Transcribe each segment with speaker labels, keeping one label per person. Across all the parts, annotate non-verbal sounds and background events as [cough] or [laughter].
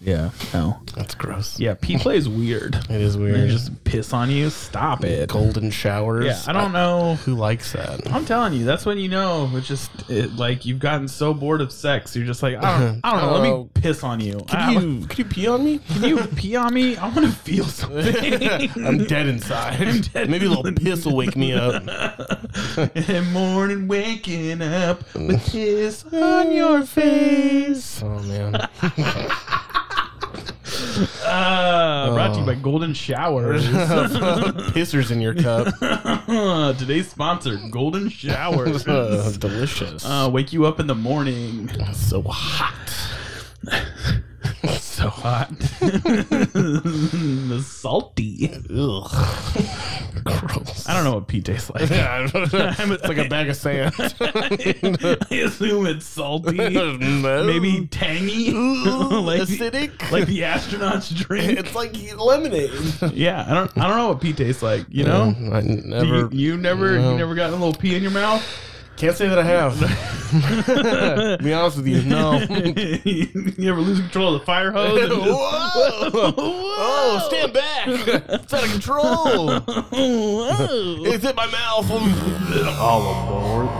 Speaker 1: Yeah. No.
Speaker 2: That's gross.
Speaker 1: Yeah. P play is weird.
Speaker 2: It is
Speaker 1: They
Speaker 2: weird.
Speaker 1: just piss on you. Stop it.
Speaker 2: golden showers.
Speaker 1: Yeah. I don't know.
Speaker 2: who likes that.
Speaker 1: I'm telling you, that's when you know it's just it, like you've gotten so bored of sex, you're just like, I don't, I don't know. Let me
Speaker 2: Oh.
Speaker 1: piss on you. I-
Speaker 2: Could you [laughs] could you pee
Speaker 1: [laughs]
Speaker 2: on me?
Speaker 1: can you pee on me? I want to feel something. [laughs]
Speaker 2: [laughs] I'm dead inside.
Speaker 1: dead
Speaker 2: Maybe a little piss will wake
Speaker 1: [laughs]
Speaker 2: me up.
Speaker 1: and morning waking up
Speaker 2: Mm.
Speaker 1: with piss on your face.
Speaker 2: Oh man. [laughs]
Speaker 1: Uh, Brought to you by
Speaker 2: Oh.
Speaker 1: Golden Showers.
Speaker 2: [laughs] Pissers in your
Speaker 1: [laughs]
Speaker 2: cup.
Speaker 1: Today's sponsor, Golden
Speaker 2: [laughs]
Speaker 1: Showers.
Speaker 2: Uh, delicious.
Speaker 1: Uh, wake you up in the morning.
Speaker 2: so hot.
Speaker 1: So hot. [laughs] Salty.
Speaker 2: Ugh. Gross.
Speaker 1: I don't know what pee tastes
Speaker 2: [laughs]
Speaker 1: like. [laughs]
Speaker 2: it's like a bag of sand.
Speaker 1: I assume it's salty.
Speaker 2: No.
Speaker 1: [laughs] Maybe tangy.
Speaker 2: [laughs] Ooh,
Speaker 1: [laughs] like, the,
Speaker 2: acidic.
Speaker 1: like the astronauts drink.
Speaker 2: [laughs] it's like lemonade.
Speaker 1: Yeah, I don't I don't know what pee tastes like, you know?
Speaker 2: I
Speaker 1: Do you- you,
Speaker 2: never
Speaker 1: never
Speaker 2: no.
Speaker 1: you never got a little pee in your
Speaker 2: [laughs]
Speaker 1: mouth? [laughs]
Speaker 2: can't say that I have. be honest with you, [laughs] no.
Speaker 1: you ever lose control of the fire hose?
Speaker 2: [laughs]
Speaker 1: and just-
Speaker 2: Oh, stand back! It's out of control. It's in my mouth. [laughs] All aboard.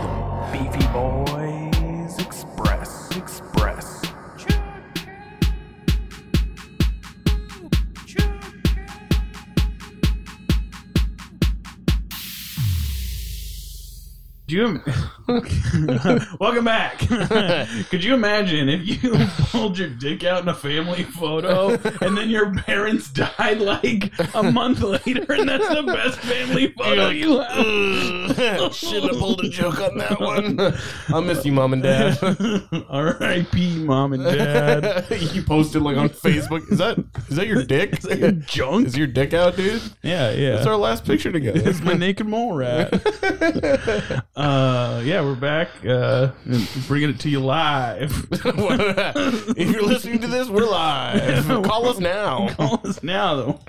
Speaker 3: Beefy Boys Express. Express.
Speaker 1: Could you [laughs] welcome
Speaker 2: [laughs]
Speaker 1: back? Could you imagine if you [laughs] pulled your dick out in a family photo and then your parents died like a month later, and that's the best family photo you have?
Speaker 2: Shouldn't have pulled a joke on that one. I miss you, mom and dad.
Speaker 1: [laughs] R.I.P. Mom and
Speaker 2: [laughs]
Speaker 1: Dad.
Speaker 2: you posted like on Facebook. Is that is that your dick? Is,
Speaker 1: Like a junk.
Speaker 2: your dick out, dude?
Speaker 1: Yeah, yeah.
Speaker 2: That's our last picture together.
Speaker 1: [laughs]
Speaker 2: [laughs]
Speaker 1: It's my naked mole rat. uh, yeah, we're back. Uh, and bringing it to you
Speaker 2: [laughs]
Speaker 1: live.
Speaker 2: if you're listening to this,
Speaker 1: [laughs]
Speaker 2: we're live. Call us now.
Speaker 1: Call us now, though.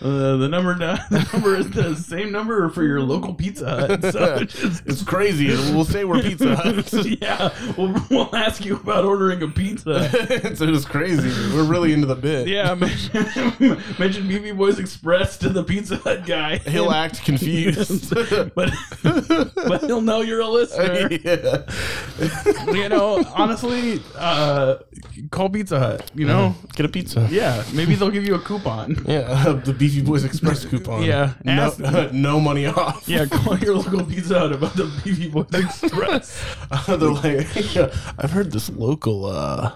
Speaker 1: Uh, the number [laughs] the number is the same number for your local Pizza Hut.
Speaker 2: [laughs]
Speaker 1: So just,
Speaker 2: It's crazy. We'll say we're
Speaker 1: [laughs]
Speaker 2: Pizza Hut.
Speaker 1: yeah, we'll, we'll ask you about ordering a
Speaker 2: [laughs]
Speaker 1: pizza.
Speaker 2: it's, it's crazy. We're really into the bit.
Speaker 1: Yeah, mention, [laughs] mention BB Boys Express to the Pizza Hut guy. [laughs]
Speaker 2: He'll act confused. [laughs]
Speaker 1: but but he'll know you're a listener.
Speaker 2: yeah.
Speaker 1: you know, honestly, uh, call Pizza Hut. You know,
Speaker 2: Get a pizza.
Speaker 1: yeah, maybe they'll give you a
Speaker 2: [laughs]
Speaker 1: coupon.
Speaker 2: Yeah, the Beefy Boys Express coupon.
Speaker 1: Yeah.
Speaker 2: no,
Speaker 1: Ask-
Speaker 2: [laughs] no money off.
Speaker 1: Yeah, call your local Pizza Hut about the BB Boys
Speaker 2: [laughs]
Speaker 1: Express.
Speaker 2: they're like, [laughs] yeah, I've heard this local uh,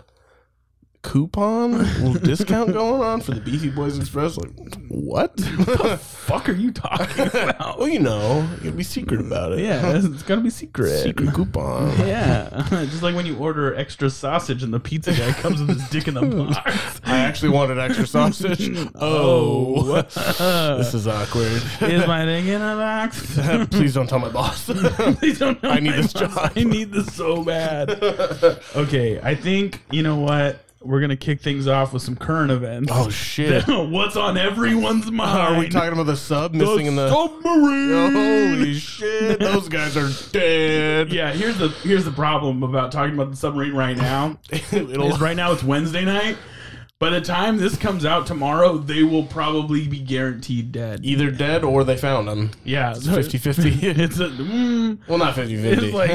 Speaker 2: coupon little discount going on for the Beefy Boys Express. Like, what? [laughs]
Speaker 1: Fuck, are you talking about?
Speaker 2: well, you know, you gotta be secret about it. [laughs]
Speaker 1: Yeah, it's, it's gotta be secret.
Speaker 2: secret coupon.
Speaker 1: Yeah, [laughs] just like when you order extra sausage and the pizza guy comes with his dick in the
Speaker 2: [laughs]
Speaker 1: box.
Speaker 2: I actually wanted extra sausage.
Speaker 1: [laughs]
Speaker 2: Oh,
Speaker 1: Uh,
Speaker 2: this is awkward. [laughs]
Speaker 1: is my dick in a box? [laughs]
Speaker 2: Please don't tell my boss. [laughs]
Speaker 1: Please don't know.
Speaker 2: I need
Speaker 1: my
Speaker 2: this
Speaker 1: box.
Speaker 2: job.
Speaker 1: I need this so
Speaker 2: [laughs]
Speaker 1: bad. Okay, I think you know what. We're gonna kick things off with some current events.
Speaker 2: oh shit!
Speaker 1: [laughs] What's on everyone's mind?
Speaker 2: Are we talking about the sub
Speaker 1: The
Speaker 2: missing in the?
Speaker 1: submarine?
Speaker 2: [laughs] Holy shit! Those guys are dead.
Speaker 1: Yeah, here's the here's the problem about talking about the submarine right
Speaker 2: [laughs]
Speaker 1: now.
Speaker 2: [laughs] It'll
Speaker 1: is right now it's Wednesday night. By the time this comes out tomorrow, they will probably be guaranteed dead.
Speaker 2: either dead or they found them.
Speaker 1: Yeah,
Speaker 2: It's 50 50.
Speaker 1: [laughs] It's a, mm,
Speaker 2: well, not 50 50.
Speaker 1: it's [laughs] like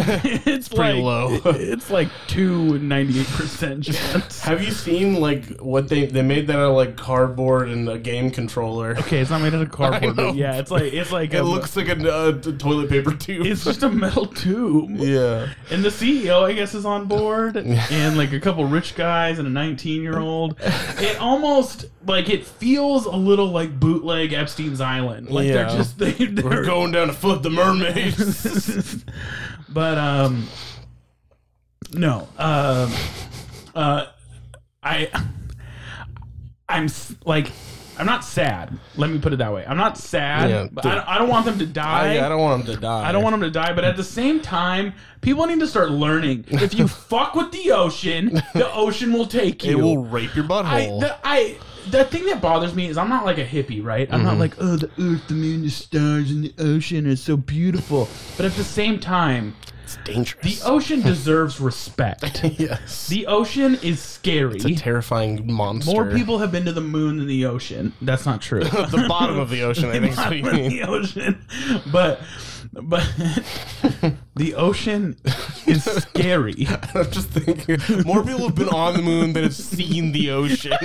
Speaker 1: it's,
Speaker 2: pretty
Speaker 1: like,
Speaker 2: low.
Speaker 1: It's like two ninety eight [laughs] percent chance.
Speaker 2: [laughs] Have you seen like what they they made that out of like cardboard and a game controller?
Speaker 1: Okay, it's not made out of
Speaker 2: I
Speaker 1: cardboard.
Speaker 2: know.
Speaker 1: But yeah, it's like it's like
Speaker 2: [laughs]
Speaker 1: um,
Speaker 2: It
Speaker 1: a,
Speaker 2: looks like a uh, t- toilet paper tube.
Speaker 1: It's just a metal tube.
Speaker 2: yeah.
Speaker 1: And the CEO, I guess, is on [laughs] board, and like a couple rich guys and a 19 year old. It almost like it feels a little like bootleg Epstein's Island. Like
Speaker 2: Yeah.
Speaker 1: they're just they, they're
Speaker 2: We're going down to flood the mermaids.
Speaker 1: [laughs] but um, no, um, uh, I, I'm s- like, I'm not sad. Let me put it that way. I'm not sad.
Speaker 2: Yeah,
Speaker 1: but
Speaker 2: dude.
Speaker 1: I, don't- I don't want them to die.
Speaker 2: I, I don't want them to
Speaker 1: [laughs]
Speaker 2: die.
Speaker 1: I don't want them to die, but at the same time, people need to start learning. If
Speaker 2: [laughs]
Speaker 1: you fuck with the ocean, the ocean will take
Speaker 2: It
Speaker 1: you.
Speaker 2: will rape your
Speaker 1: I,
Speaker 2: butthole.
Speaker 1: the, I, the thing that bothers me is I'm not like a hippie, right? I'm
Speaker 2: Mm-hmm.
Speaker 1: not like, oh, the earth, the moon, the stars, and the ocean are so beautiful. But at the same time,
Speaker 2: It's dangerous.
Speaker 1: The ocean deserves respect.
Speaker 2: [laughs] yes.
Speaker 1: The ocean is scary.
Speaker 2: it's a terrifying monster.
Speaker 1: More
Speaker 2: [laughs]
Speaker 1: people have been to the moon than the ocean. That's not true.
Speaker 2: the bottom
Speaker 1: [laughs]
Speaker 2: of the ocean, I think. is what you
Speaker 1: Not in
Speaker 2: mean. [laughs]
Speaker 1: the ocean, but but the ocean is
Speaker 2: [laughs]
Speaker 1: scary.
Speaker 2: I'm just thinking more people have been on the moon than have seen the ocean. [laughs]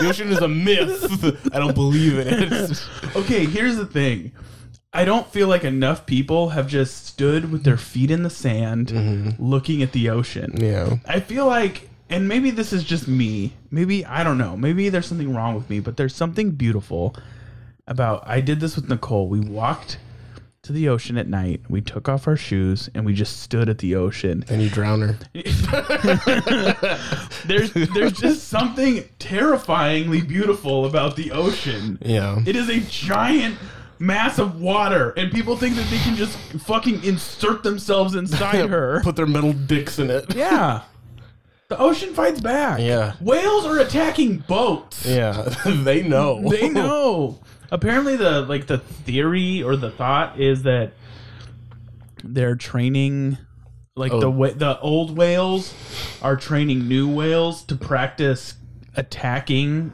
Speaker 2: the ocean is a myth. I don't believe in
Speaker 1: [laughs]
Speaker 2: it.
Speaker 1: Okay, here's the thing. I don't feel like enough people have just stood with their feet in the sand looking at the ocean.
Speaker 2: Yeah.
Speaker 1: I feel like, and maybe this is just me. Maybe, I don't know. Maybe there's something wrong with me, but there's something beautiful about. I did this with Nicole. We walked to the ocean at night. We took off our shoes and we just stood at the ocean. [laughs]
Speaker 2: And you drown her.
Speaker 1: There's, there's just something terrifyingly beautiful about the ocean.
Speaker 2: Yeah.
Speaker 1: It is a giant mass of water, and people think that they can just fucking insert themselves
Speaker 2: [laughs]
Speaker 1: inside her.
Speaker 2: Put their metal dicks in it.
Speaker 1: yeah. The ocean fights back.
Speaker 2: Yeah.
Speaker 1: Whales are attacking boats.
Speaker 2: Yeah. [laughs] they know.
Speaker 1: They know. Apparently the like the theory or the thought is that they're training like the
Speaker 2: Oh.
Speaker 1: wh- the old whales are training new whales to practice attacking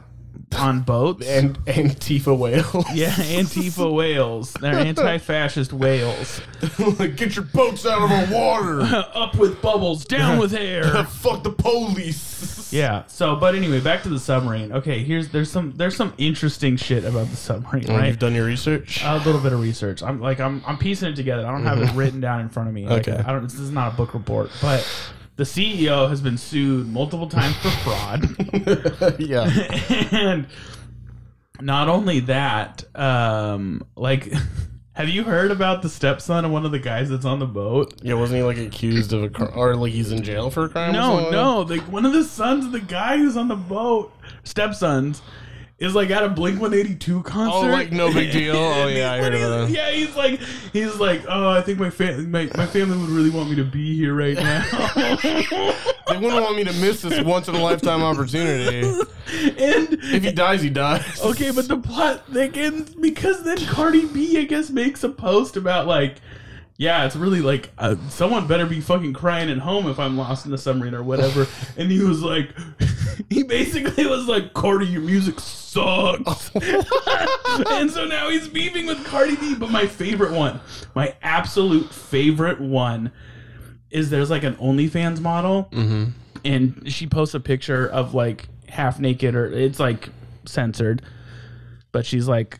Speaker 1: on boats.
Speaker 2: And Antifa whale.
Speaker 1: Yeah, [laughs] Antifa whales. They're anti-fascist whales.
Speaker 2: [laughs] like, get your boats out of our water.
Speaker 1: [laughs] Up with bubbles, down with air.
Speaker 2: Fuck the police.
Speaker 1: [laughs] Yeah. So, but anyway, back to the submarine. Okay, here's there's some there's some interesting shit about the submarine, right?
Speaker 2: done your research.
Speaker 1: A little bit of research. I'm like I'm I'm piecing it together. I don't have it written down in front of me. Like,
Speaker 2: Okay.
Speaker 1: I don't. This is not a book report, but the CEO has been sued multiple times for fraud.
Speaker 2: yeah.
Speaker 1: and not only that, um, like, [laughs] have you heard about the stepson of one of the guys that's on the boat?
Speaker 2: [laughs] Yeah. Wasn't he like accused of a crime, or like he's in jail for a crime? or
Speaker 1: No,
Speaker 2: something?
Speaker 1: no, like one of the sons of the guy who's on the boat, stepsons, is like at a Blink One Eighty Two concert.
Speaker 2: Oh, like no big deal. Oh yeah,
Speaker 1: [laughs]
Speaker 2: I
Speaker 1: But
Speaker 2: heard
Speaker 1: he's-
Speaker 2: about that.
Speaker 1: yeah, he's like, he's like, oh, I think my family, my, my family would really want me to be here right now. [laughs]
Speaker 2: They wouldn't want me to miss this once in a lifetime opportunity.
Speaker 1: and
Speaker 2: If he dies, he dies.
Speaker 1: [laughs] Okay, but the plot thickens because then Cardi B, I guess, makes a post about like, yeah, it's really like uh, someone better be fucking crying at home if I'm lost in the submarine or whatever. and he was like, [laughs] he basically was like, Cardi, your music sucks. [laughs] and so now he's beefing with Cardi B. But my favorite one, my absolute favorite one, is there's like an OnlyFans model and she posts a picture of like half naked or it's like censored but she's like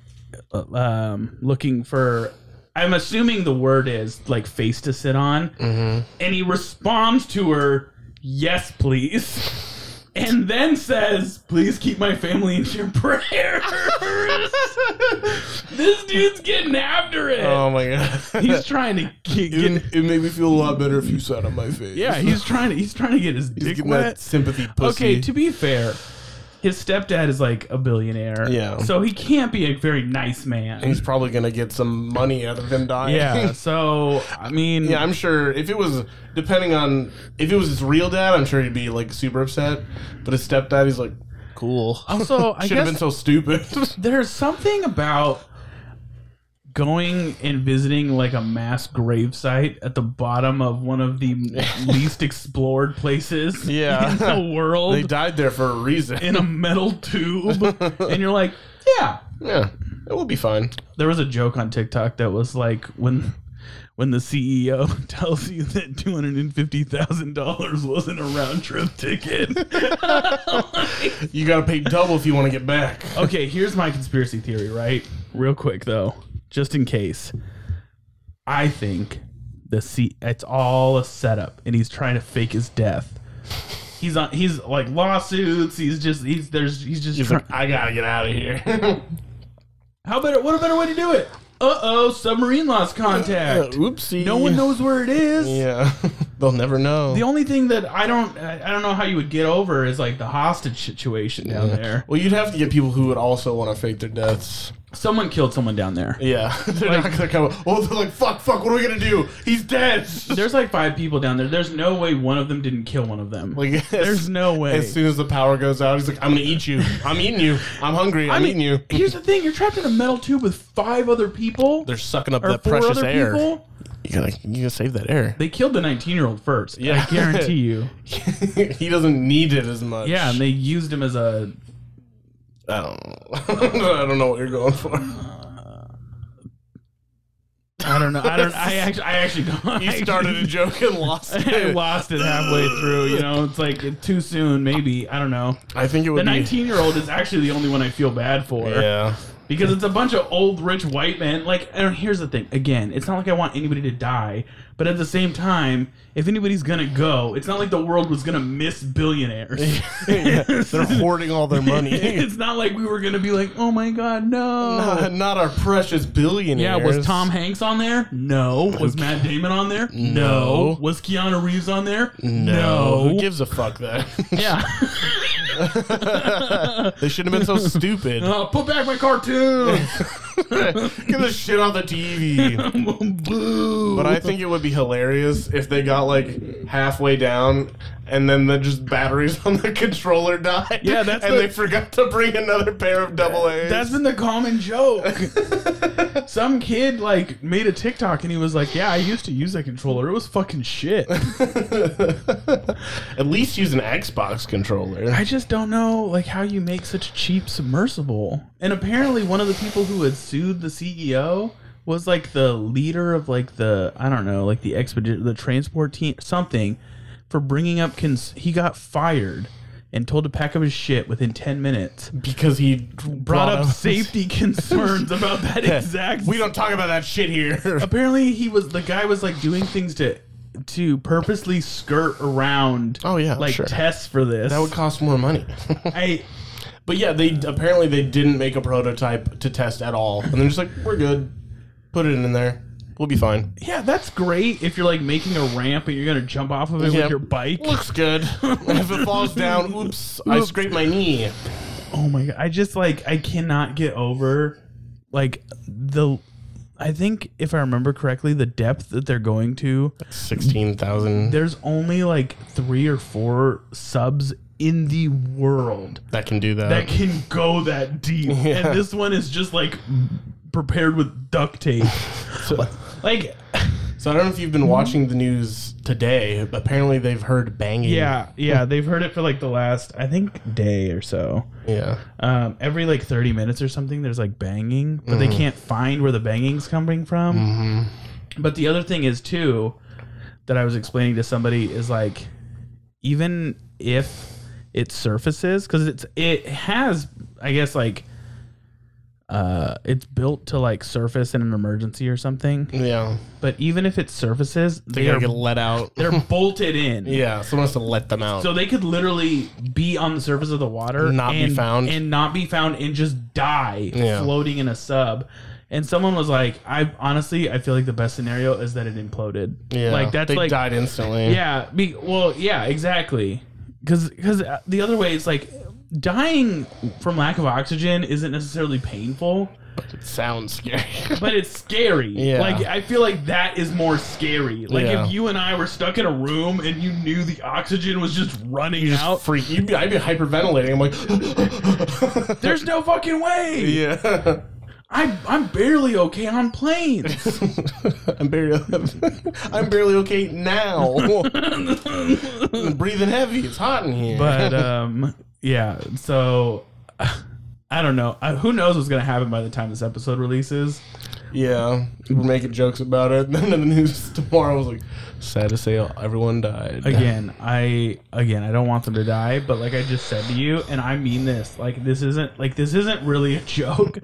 Speaker 1: um looking for i'm assuming the word is like face to sit on
Speaker 2: Mm-hmm.
Speaker 1: and he responds to her yes please [laughs] and then says please keep my family in your [laughs] prayers this dude's getting after it
Speaker 2: Oh my god.
Speaker 1: he's trying to get, get
Speaker 2: [laughs] it, it made me feel a lot better if you sat on my face.
Speaker 1: yeah he's trying to he's trying to get his
Speaker 2: He's
Speaker 1: dick
Speaker 2: getting
Speaker 1: wet
Speaker 2: that sympathy pussy.
Speaker 1: Okay, to be fair, his stepdad is like a billionaire.
Speaker 2: Yeah.
Speaker 1: So he can't be a very nice
Speaker 2: and
Speaker 1: man.
Speaker 2: he's probably gonna get some money out of him dying.
Speaker 1: Yeah. [laughs] So I mean,
Speaker 2: [laughs] Yeah, I'm sure if it was depending on if it was his real dad, I'm sure he'd be like super upset. But his stepdad, he's like, cool.
Speaker 1: also
Speaker 2: [laughs]
Speaker 1: I
Speaker 2: Should have been
Speaker 1: guess
Speaker 2: so stupid. [laughs]
Speaker 1: there's something about going and visiting like a mass gravesite at the bottom of one of the
Speaker 2: [laughs]
Speaker 1: least explored places [laughs]
Speaker 2: Yeah. [laughs]
Speaker 1: in the world
Speaker 2: they died there for a reason.
Speaker 1: in a metal
Speaker 2: [laughs]
Speaker 1: tube, and you're like, yeah,
Speaker 2: yeah, it will be fine.
Speaker 1: there was a joke on TikTok that was like when when the CEO [laughs] tells you that two hundred and fifty thousand dollars wasn't a round trip ticket.
Speaker 2: [laughs] You gotta pay double if you want to get back.
Speaker 1: okay, here's my conspiracy theory, right? Real quick though, just in case. I think the C it's all a setup and he's trying to fake his death. He's on he's like lawsuits, he's just he's there's he's just
Speaker 2: He's
Speaker 1: try-
Speaker 2: like, I gotta get out of [laughs] here.
Speaker 1: how better what a better way to do it? Uh oh, submarine lost
Speaker 2: [laughs]
Speaker 1: contact.
Speaker 2: Uh, Oopsie.
Speaker 1: No one knows where it is.
Speaker 2: Yeah, [laughs] they'll never know.
Speaker 1: The only thing that I don't, I I don't know how you would get over is like the hostage situation down there.
Speaker 2: well, you'd have to get people who would also want to fake their deaths.
Speaker 1: Someone killed someone down there.
Speaker 2: Yeah, [laughs] they're not gonna come. Oh, they're like, fuck, fuck. What are we gonna do? He's dead.
Speaker 1: There's like five people down there. There's no way one of them didn't kill one of them.
Speaker 2: [laughs] Like, [laughs] as-
Speaker 1: There's no way.
Speaker 2: As soon as the power goes out, he's like, "I'm gonna eat you. I'm eating you. I'm hungry. I'm
Speaker 1: I mean,
Speaker 2: eating you."
Speaker 1: [laughs] here's the thing: you're trapped in a metal tube with five other people.
Speaker 2: They're sucking up
Speaker 1: or
Speaker 2: that
Speaker 1: four
Speaker 2: precious
Speaker 1: other
Speaker 2: air.
Speaker 1: people.
Speaker 2: You gotta, you gotta save that air.
Speaker 1: They killed the 19 year old first.
Speaker 2: Yeah.
Speaker 1: I guarantee you.
Speaker 2: [laughs] he doesn't need it as much.
Speaker 1: Yeah, and they used him as a
Speaker 2: I don't know. [laughs] I don't know what you're going for.
Speaker 1: I don't know. I [laughs] don't.
Speaker 2: [laughs]
Speaker 1: I actually. I actually don't.
Speaker 2: You started a joke and
Speaker 1: [laughs]
Speaker 2: lost
Speaker 1: I
Speaker 2: it.
Speaker 1: lost it halfway through. You know, it's like too soon. Maybe I don't know.
Speaker 2: I think it would
Speaker 1: The
Speaker 2: be.
Speaker 1: 19 year old is actually the only one I feel bad for [laughs]
Speaker 2: yeah.
Speaker 1: because it's a bunch of old rich white men. Like, and here's the thing. Again, it's not like I want anybody to die, but at the same time, if anybody's gonna go, it's not like the world was gonna miss billionaires.
Speaker 2: [laughs] Yeah, They're hoarding all [laughs] their
Speaker 1: [laughs]
Speaker 2: money.
Speaker 1: it's not like we were gonna be like, oh my god, no.
Speaker 2: [laughs] not, not our precious
Speaker 1: Yeah,
Speaker 2: billionaires.
Speaker 1: was Tom Hanks on there? No. Was Matt Damon on there? No.
Speaker 2: No.
Speaker 1: Was Keanu Reeves on there?
Speaker 2: No.
Speaker 1: No.
Speaker 2: Who gives a
Speaker 1: [laughs]
Speaker 2: fuck that?
Speaker 1: yeah.
Speaker 2: they shouldn't have
Speaker 1: [laughs]
Speaker 2: been so stupid.
Speaker 1: Uh, put back my cartoons.
Speaker 2: Get the shit on the TV.
Speaker 1: Boo.
Speaker 2: But I think it would be hilarious if they got like halfway down and then the just batteries [laughs] on the controller died.
Speaker 1: Yeah, that's
Speaker 2: and
Speaker 1: the-
Speaker 2: they forgot to bring another pair of double A's.
Speaker 1: That's been the common [laughs] joke. Some kid like made a TikTok and he was like, "Yeah, I used to use that controller. It was fucking shit."
Speaker 2: At least use an Xbox controller.
Speaker 1: I just don't know like how you make such a cheap submersible. And apparently one of the people who had sued the CEO was like the leader of like the I don't know, like the expedition the transport team something for bringing up cons- he got fired and told to pack up his shit within 10 minutes.
Speaker 2: Because he
Speaker 1: Brought up [laughs] safety concerns about that exact
Speaker 2: [laughs] We don't talk about that shit here.
Speaker 1: Apparently he was the guy was like doing things to to purposely skirt around
Speaker 2: Oh, yeah,
Speaker 1: like
Speaker 2: sure.
Speaker 1: tests for this.
Speaker 2: [laughs] That would cost more money. [laughs]
Speaker 1: I
Speaker 2: but yeah, they apparently they didn't make a prototype to test at all. And they're just like, we're good. Put it in there. We'll be fine.
Speaker 1: Yeah, that's great if you're like making a ramp and you're gonna jump off of it
Speaker 2: Yeah.
Speaker 1: with your bike. [laughs]
Speaker 2: Looks good. if it falls down, oops, I scraped my knee.
Speaker 1: Oh my god, I just like I cannot get over like the. I think if I remember correctly, the depth that they're going to,
Speaker 2: Sixteen thousand
Speaker 1: there's only like three or four subs in the world
Speaker 2: that can do that.
Speaker 1: that can go that deep,
Speaker 2: Yeah.
Speaker 1: and this one is just like prepared with duct tape.
Speaker 2: so,
Speaker 1: like,
Speaker 2: so I don't know if you've been watching the news today. But apparently, they've heard banging.
Speaker 1: yeah, yeah, they've heard it for like the last I think day or so.
Speaker 2: yeah.
Speaker 1: um, every like 30 minutes or something there's like banging but they can't find where the banging's coming from but the other thing is too that i was explaining to somebody is like even if it surfaces because it's it has i guess like uh it's built to like surface in an emergency or something
Speaker 2: Yeah,
Speaker 1: but even if it surfaces
Speaker 2: they
Speaker 1: they
Speaker 2: gotta
Speaker 1: are,
Speaker 2: get let out.
Speaker 1: they're bolted in
Speaker 2: [laughs] Yeah, someone has to let them out.
Speaker 1: so they could literally be on the surface of the water,
Speaker 2: Not be
Speaker 1: and,
Speaker 2: found.
Speaker 1: and not be found, and just die
Speaker 2: Yeah.
Speaker 1: floating in a sub. And someone was like, "I honestly, I feel like the best scenario is that it imploded.
Speaker 2: yeah,
Speaker 1: like that's
Speaker 2: they
Speaker 1: like,
Speaker 2: died instantly.
Speaker 1: yeah, be, well, yeah, exactly. Because because the other way, it's like dying from lack of oxygen isn't necessarily painful,
Speaker 2: it sounds scary.
Speaker 1: but it's scary.
Speaker 2: Yeah.
Speaker 1: Like I feel like that is more scary. Like
Speaker 2: Yeah.
Speaker 1: if you and I were stuck in a room and you knew the oxygen was just running
Speaker 2: [laughs]
Speaker 1: out,
Speaker 2: Freak! You'd be, I'd be hyperventilating. I'm like, [laughs]
Speaker 1: There's no fucking way.
Speaker 2: yeah.
Speaker 1: I I'm barely okay on planes.
Speaker 2: [laughs] I'm barely, I'm barely okay
Speaker 1: [laughs]
Speaker 2: now. I'm breathing heavy. It's hot in here.
Speaker 1: [laughs] But um, yeah. So I don't know. I, who knows what's gonna happen by the time this episode releases?
Speaker 2: yeah, we're making jokes about it. [laughs] And then in the news tomorrow was like, sad to say, everyone died.
Speaker 1: Again, I again I don't want them to die, but like I just said to you, and I mean this. Like this isn't like this isn't really a joke.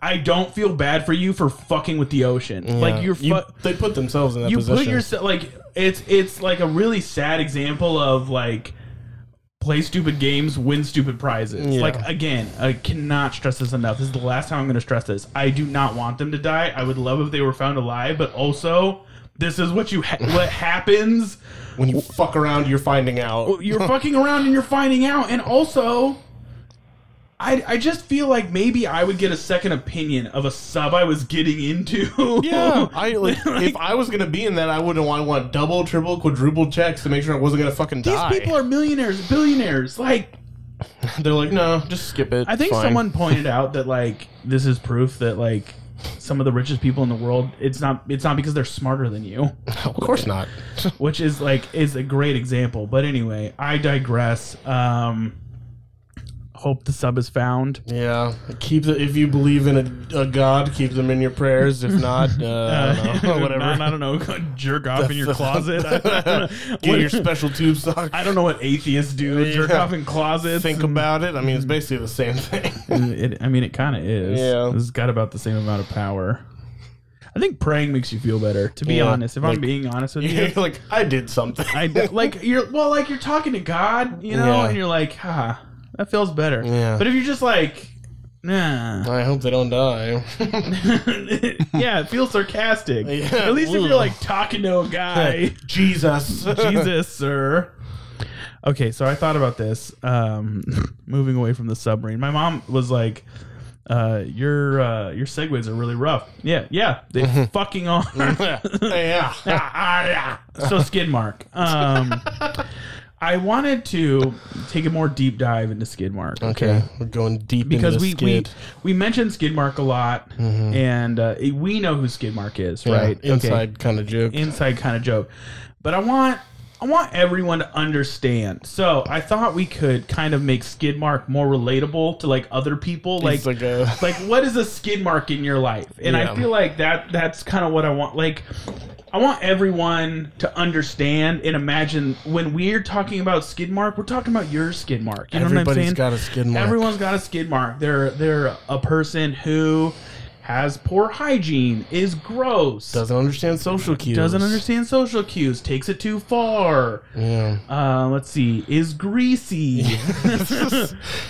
Speaker 1: I don't feel bad for you for fucking with the ocean. Like you're fu-
Speaker 2: You- they put themselves in that
Speaker 1: you
Speaker 2: position.
Speaker 1: put yourself like it's it's like a really sad example of like play stupid games win stupid prizes
Speaker 2: Yeah.
Speaker 1: like again i cannot stress this enough this is the last time i'm going to stress this i do not want them to die i would love if they were found alive but also this is what you ha- [laughs] what happens
Speaker 2: when you fuck around, you're finding out. [laughs]
Speaker 1: you're fucking around and you're finding out and also I, I just feel like maybe I would get a second opinion of a sub I was getting into. [laughs]
Speaker 2: Yeah, [laughs] I like, if I was gonna be in that, I would want want double, triple, quadruple checks to make sure I wasn't gonna fucking
Speaker 1: These
Speaker 2: die. [laughs]
Speaker 1: people are millionaires, billionaires. Like,
Speaker 2: They're like, no, just skip it.
Speaker 1: I think someone pointed out that like this is proof that like some of the richest people in the world, it's not it's not because they're smarter than you,
Speaker 2: [laughs] of
Speaker 1: [laughs]
Speaker 2: course not.
Speaker 1: which is like is a great example. But anyway, I digress. Um, hope the sub is
Speaker 2: [laughs]
Speaker 1: found.
Speaker 2: Yeah, keep the, if you believe in a, a god, keep them in your prayers. If not, uh,
Speaker 1: [laughs]
Speaker 2: I don't know, [laughs] whatever.
Speaker 1: Man, I don't know. Go jerk off
Speaker 2: [laughs]
Speaker 1: in your closet. I don't know.
Speaker 2: Get your
Speaker 1: What-
Speaker 2: special tube sock.
Speaker 1: I don't know what atheists do.
Speaker 2: Yeah.
Speaker 1: Jerk off in closets.
Speaker 2: Think about it. I mean, it's basically the same thing.
Speaker 1: [laughs]
Speaker 2: [laughs]
Speaker 1: It, I mean, it kind of is.
Speaker 2: Yeah.
Speaker 1: It's got about the same amount of power. I think praying makes you feel better. To be
Speaker 2: Yeah.
Speaker 1: honest, if
Speaker 2: Like-
Speaker 1: I'm being honest
Speaker 2: [laughs]
Speaker 1: with
Speaker 2: You're
Speaker 1: you,
Speaker 2: like, I did something.
Speaker 1: I d- like you're well, like you're talking to God, you know,
Speaker 2: Yeah.
Speaker 1: and you're like, ha, that feels better.
Speaker 2: Yeah.
Speaker 1: But if you're just like, nah,
Speaker 2: [laughs] I hope they don't die.
Speaker 1: [laughs] yeah, it feels sarcastic.
Speaker 2: [laughs] Yeah.
Speaker 1: At least if
Speaker 2: Ooh.
Speaker 1: you're like talking to a
Speaker 2: [laughs]
Speaker 1: guy,
Speaker 2: Jesus.
Speaker 1: Jesus, sir. Okay, so I thought about this. Um, [laughs] moving away from the submarine, my mom was like, uh, "Your uh, your segues are really rough." Yeah, yeah, they
Speaker 2: [laughs]
Speaker 1: fucking are.
Speaker 2: [laughs] yeah.
Speaker 1: [laughs] so Skidmark. Um, I wanted to take a more deep dive into Skidmark.
Speaker 2: Okay, we're going deep
Speaker 1: Because
Speaker 2: into the
Speaker 1: we, we
Speaker 2: skid. Mm-hmm.
Speaker 1: we mentioned Skidmark a lot, and uh, we know who Skidmark is,
Speaker 2: Yeah,
Speaker 1: right? Okay
Speaker 2: Inside kind of joke.
Speaker 1: inside kind of joke. But I want I want everyone to understand. So I thought we could kind of make Skidmark more relatable to like other people. Like
Speaker 2: It's like a-
Speaker 1: [laughs] like what is a skid mark in your life? And
Speaker 2: Yeah.
Speaker 1: I feel like that that's kind of what I want. Like I want everyone to understand and imagine when we're talking about skid mark, we're talking about your skid mark. You know what I'm
Speaker 2: Everybody's
Speaker 1: saying?
Speaker 2: got a skid mark.
Speaker 1: Everyone's got a skid mark. They're they're a person who has poor hygiene, is gross,
Speaker 2: doesn't understand social cues. Mm.
Speaker 1: doesn't understand social cues, takes it too far.
Speaker 2: Yeah.
Speaker 1: Uh, let's see, is greasy,
Speaker 2: [laughs]